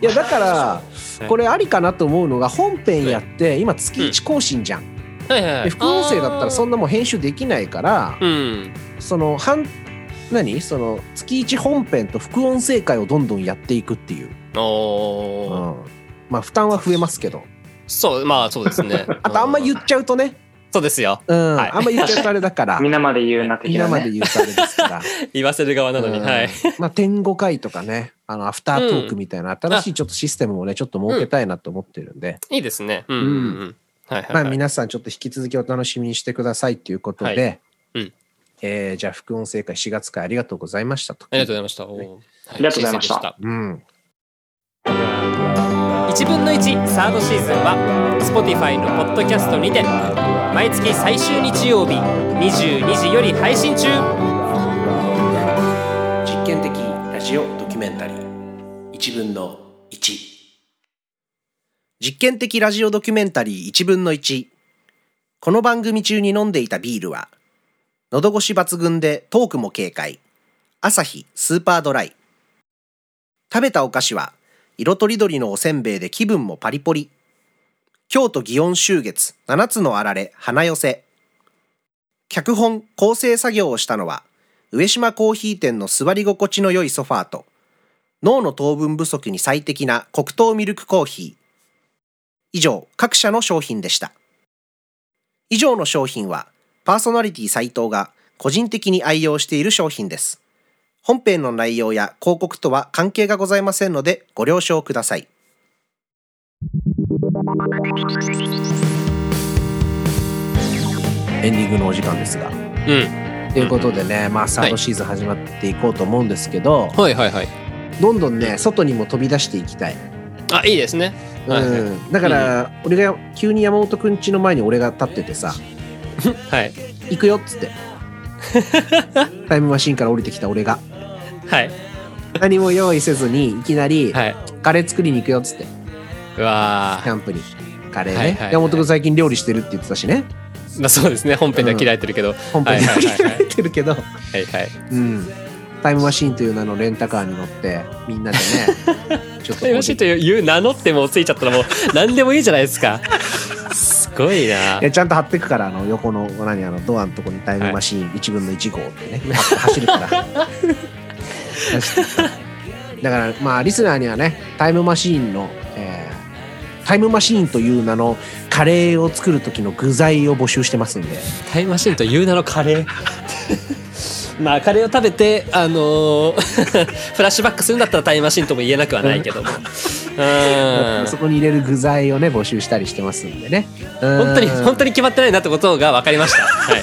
S1: いやだからこれありかなと思うのが本編やって今月1更新じゃん、うんはいはい、副音声だったらそんなもん編集できないから、
S2: うん、
S1: その半何その月1本編と副音声会をどんどんやっていくっていう、
S2: うん、
S1: まあ負担は増えますけど
S2: そうまあそうですね
S1: あとあんま言っちゃうとね
S2: そうですよ。
S1: うん。はい、あんま言っちゃうとあれだから。
S9: 皆まで言うな的
S1: な、ね。皆まで言うとあれですから。
S2: 言わせる側なのに、うん、はい。
S1: まあ、天5回とかね、あの、アフタートークみたいな、新しいちょっとシステムをね、ちょっと設けたいなと思ってるんで。
S2: うん、いいですね。うん、うん。はい、はい、
S1: まあ、皆さんちょっと引き続きお楽しみにしてくださいということで、はい、
S2: うん。
S1: えー、じゃあ、副音声会4月会ありがとうございましたと。
S2: ありがとうございました。はい、
S9: ありがとうございました。
S1: うん。
S2: 1分の1サードシーズンは Spotify のポッドキャストにて毎月最終日曜日22時より配信中。
S15: 実験的ラジオドキュメンタリー1分の1
S1: 実験的ラジオドキュメンタリー1分の1この番組中に飲んでいたビールは喉越し抜群でトークも軽快朝日スーパードライ食べたお菓子は色とりどりのおせんべいで気分もパリポリ。京都祇園秋月、七つのあられ、花寄せ。脚本、構成作業をしたのは、上島コーヒー店の座り心地の良いソファーと、脳の糖分不足に最適な黒糖ミルクコーヒー。以上、各社の商品でした。以上の商品は、パーソナリティ斎藤が個人的に愛用している商品です。本編の内容や広告とは関係がございませんのでご了承ください。エンディングのお時間ですが。うんということでね、まあサードシーズン始まっていこうと思うんですけど、
S2: はい、はい、はいはい。
S1: どんどんね、外にも飛び出していきたい。
S2: あ、いいですね。
S1: うん。だから、俺が急に山本くんちの前に俺が立っててさ、
S2: はい。
S1: 行くよっつ って。タイムマシンから降りてきた俺が。
S2: はい。
S1: 何も用意せずに、いきなり、はい、カレー作りに行くよっつって。
S2: うわ
S1: キャンプに。カレーね。はいはいはい、山本君最近料理してるって言ってたしね。
S2: まあそうですね。本編では切られてるけど。うん、
S1: 本編では切られてるけど。
S2: はいはい、はい。
S1: うん。タイムマシーンという名のレンタカーに乗ってみんなで ね
S2: ちょっとタイムマシーンという名乗ってもついちゃったらもう何でもいいじゃないですかすごいない
S1: ちゃんと貼ってくからあの横の何あのドアのとこにタイムマシーン1分の1号ってね、はい、走るから だからまあリスナーにはねタイムマシーンの、えー、タイムマシーンという名のカレーを作る時の具材を募集してますんで
S2: タイムマシーンという名のカレーまあカレーを食べて、あのー、 フラッシュバックするんだったらタイムマシンとも言えなくはないけども
S1: そこに入れる具材をね募集したりしてますんでね
S2: 本当に本当に決まってないなってことが分かりましたはい、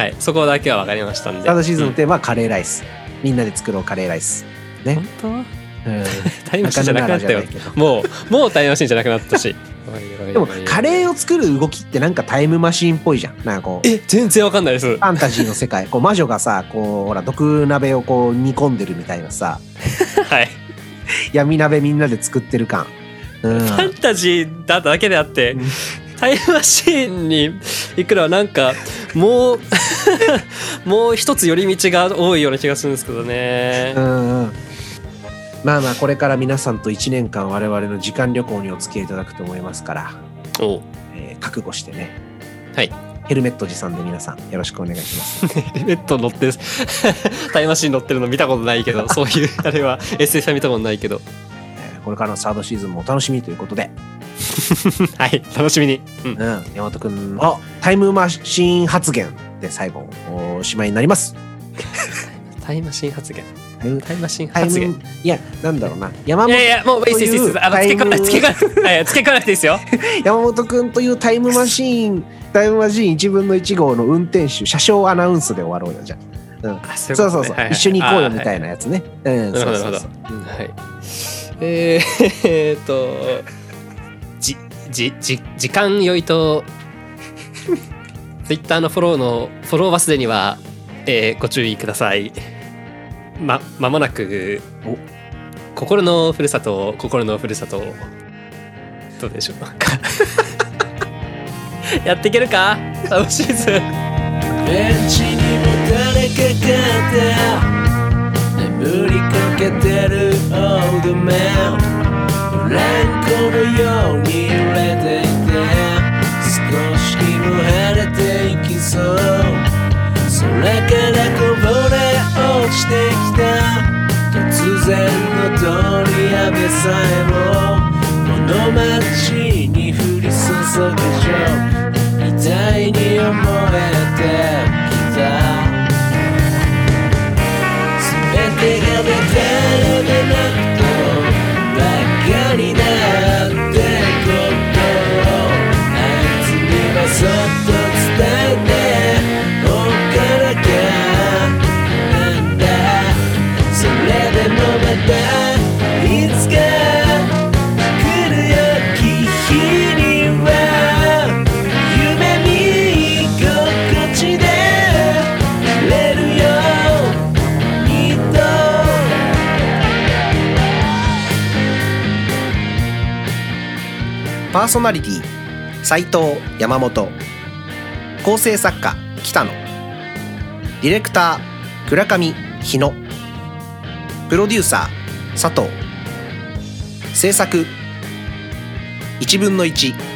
S2: はい、そこだけは分かりましたんで
S1: サードシーズンのテーマはカレーライス、うん、みんなで作ろうカレーライスね
S2: 本当、うん、タイムマシンじゃなくなったよもうもうタイムマシンじゃなくなったし
S1: でもカレーを作る動きってなんかタイムマシンっぽいじゃんなんかこう
S2: え全然わかんないです
S1: ファンタジーの世界こう魔女がさこうほら毒鍋をこう煮込んでるみたいなさ
S2: はい
S1: 闇鍋みんなで作ってる感、
S2: うん、ファンタジーだだけであって、タイムマシーンに行くのはなんかもう もう一つ寄り道が多いような気がするんですけどね。
S1: うんうんまあまあこれから皆さんと1年間我々の時間旅行にお付き合いいただくと思いますから
S2: お、
S1: えー覚悟してね
S2: はい
S1: ヘルメット持参で皆さんよろしくお願いします
S2: ヘルメット乗ってるタイムマシーン乗ってるの見たことないけ どそういうあれは SF は見たことないけど、
S1: えーこれからのサードシーズンもお楽しみということで、
S2: はい楽しみに、うん
S1: うん、山本君のタイムマシーン発言で最後おしまいになります
S2: タイムマシーン発言
S1: タイム
S2: タイムマシン発言
S1: いやなんだろうな山本
S2: いやいやもういいですいいですあの付け加え付け加え付け加えなくていいですよ
S1: 山本君というタイムマシーンタイムマシーン1分の1号の運転手車掌アナウンスで終わろうよじゃあ、うん、
S2: あ
S1: そう
S2: いうことね
S1: そうそう、
S2: はいはい
S1: 一緒に行こうよみたいなやつね、うん
S2: なる
S1: そ
S2: ほ
S1: う
S2: どな
S1: そ
S2: るほ
S1: う
S2: ど
S1: そう
S2: はいえー、えーっとじじじ時間よいと Twitter のフォローのフォローはすでには、えーご注意くださいままもなく心のふるさと心のふるさとどうでしょうか やっていけるかサブシーズン
S15: ベンチにもたれかかって眠りかけてるオールドマンブランコのように揺れていて少し日も晴れていきそう空からこぼれ落ちてきた突然の通り雨さえもこの街に降り注ぐでしょみたいに思えてきた全てがベターでなくとばっかりだってことをあいつにはそっと伝えておからかなんだそれでもまたいつか来るよ日には夢見心地で触れるよきっと
S1: パーソナリティ斉藤山本構成作家北野ディレクター倉上日野プロデューサー佐藤制作1分の1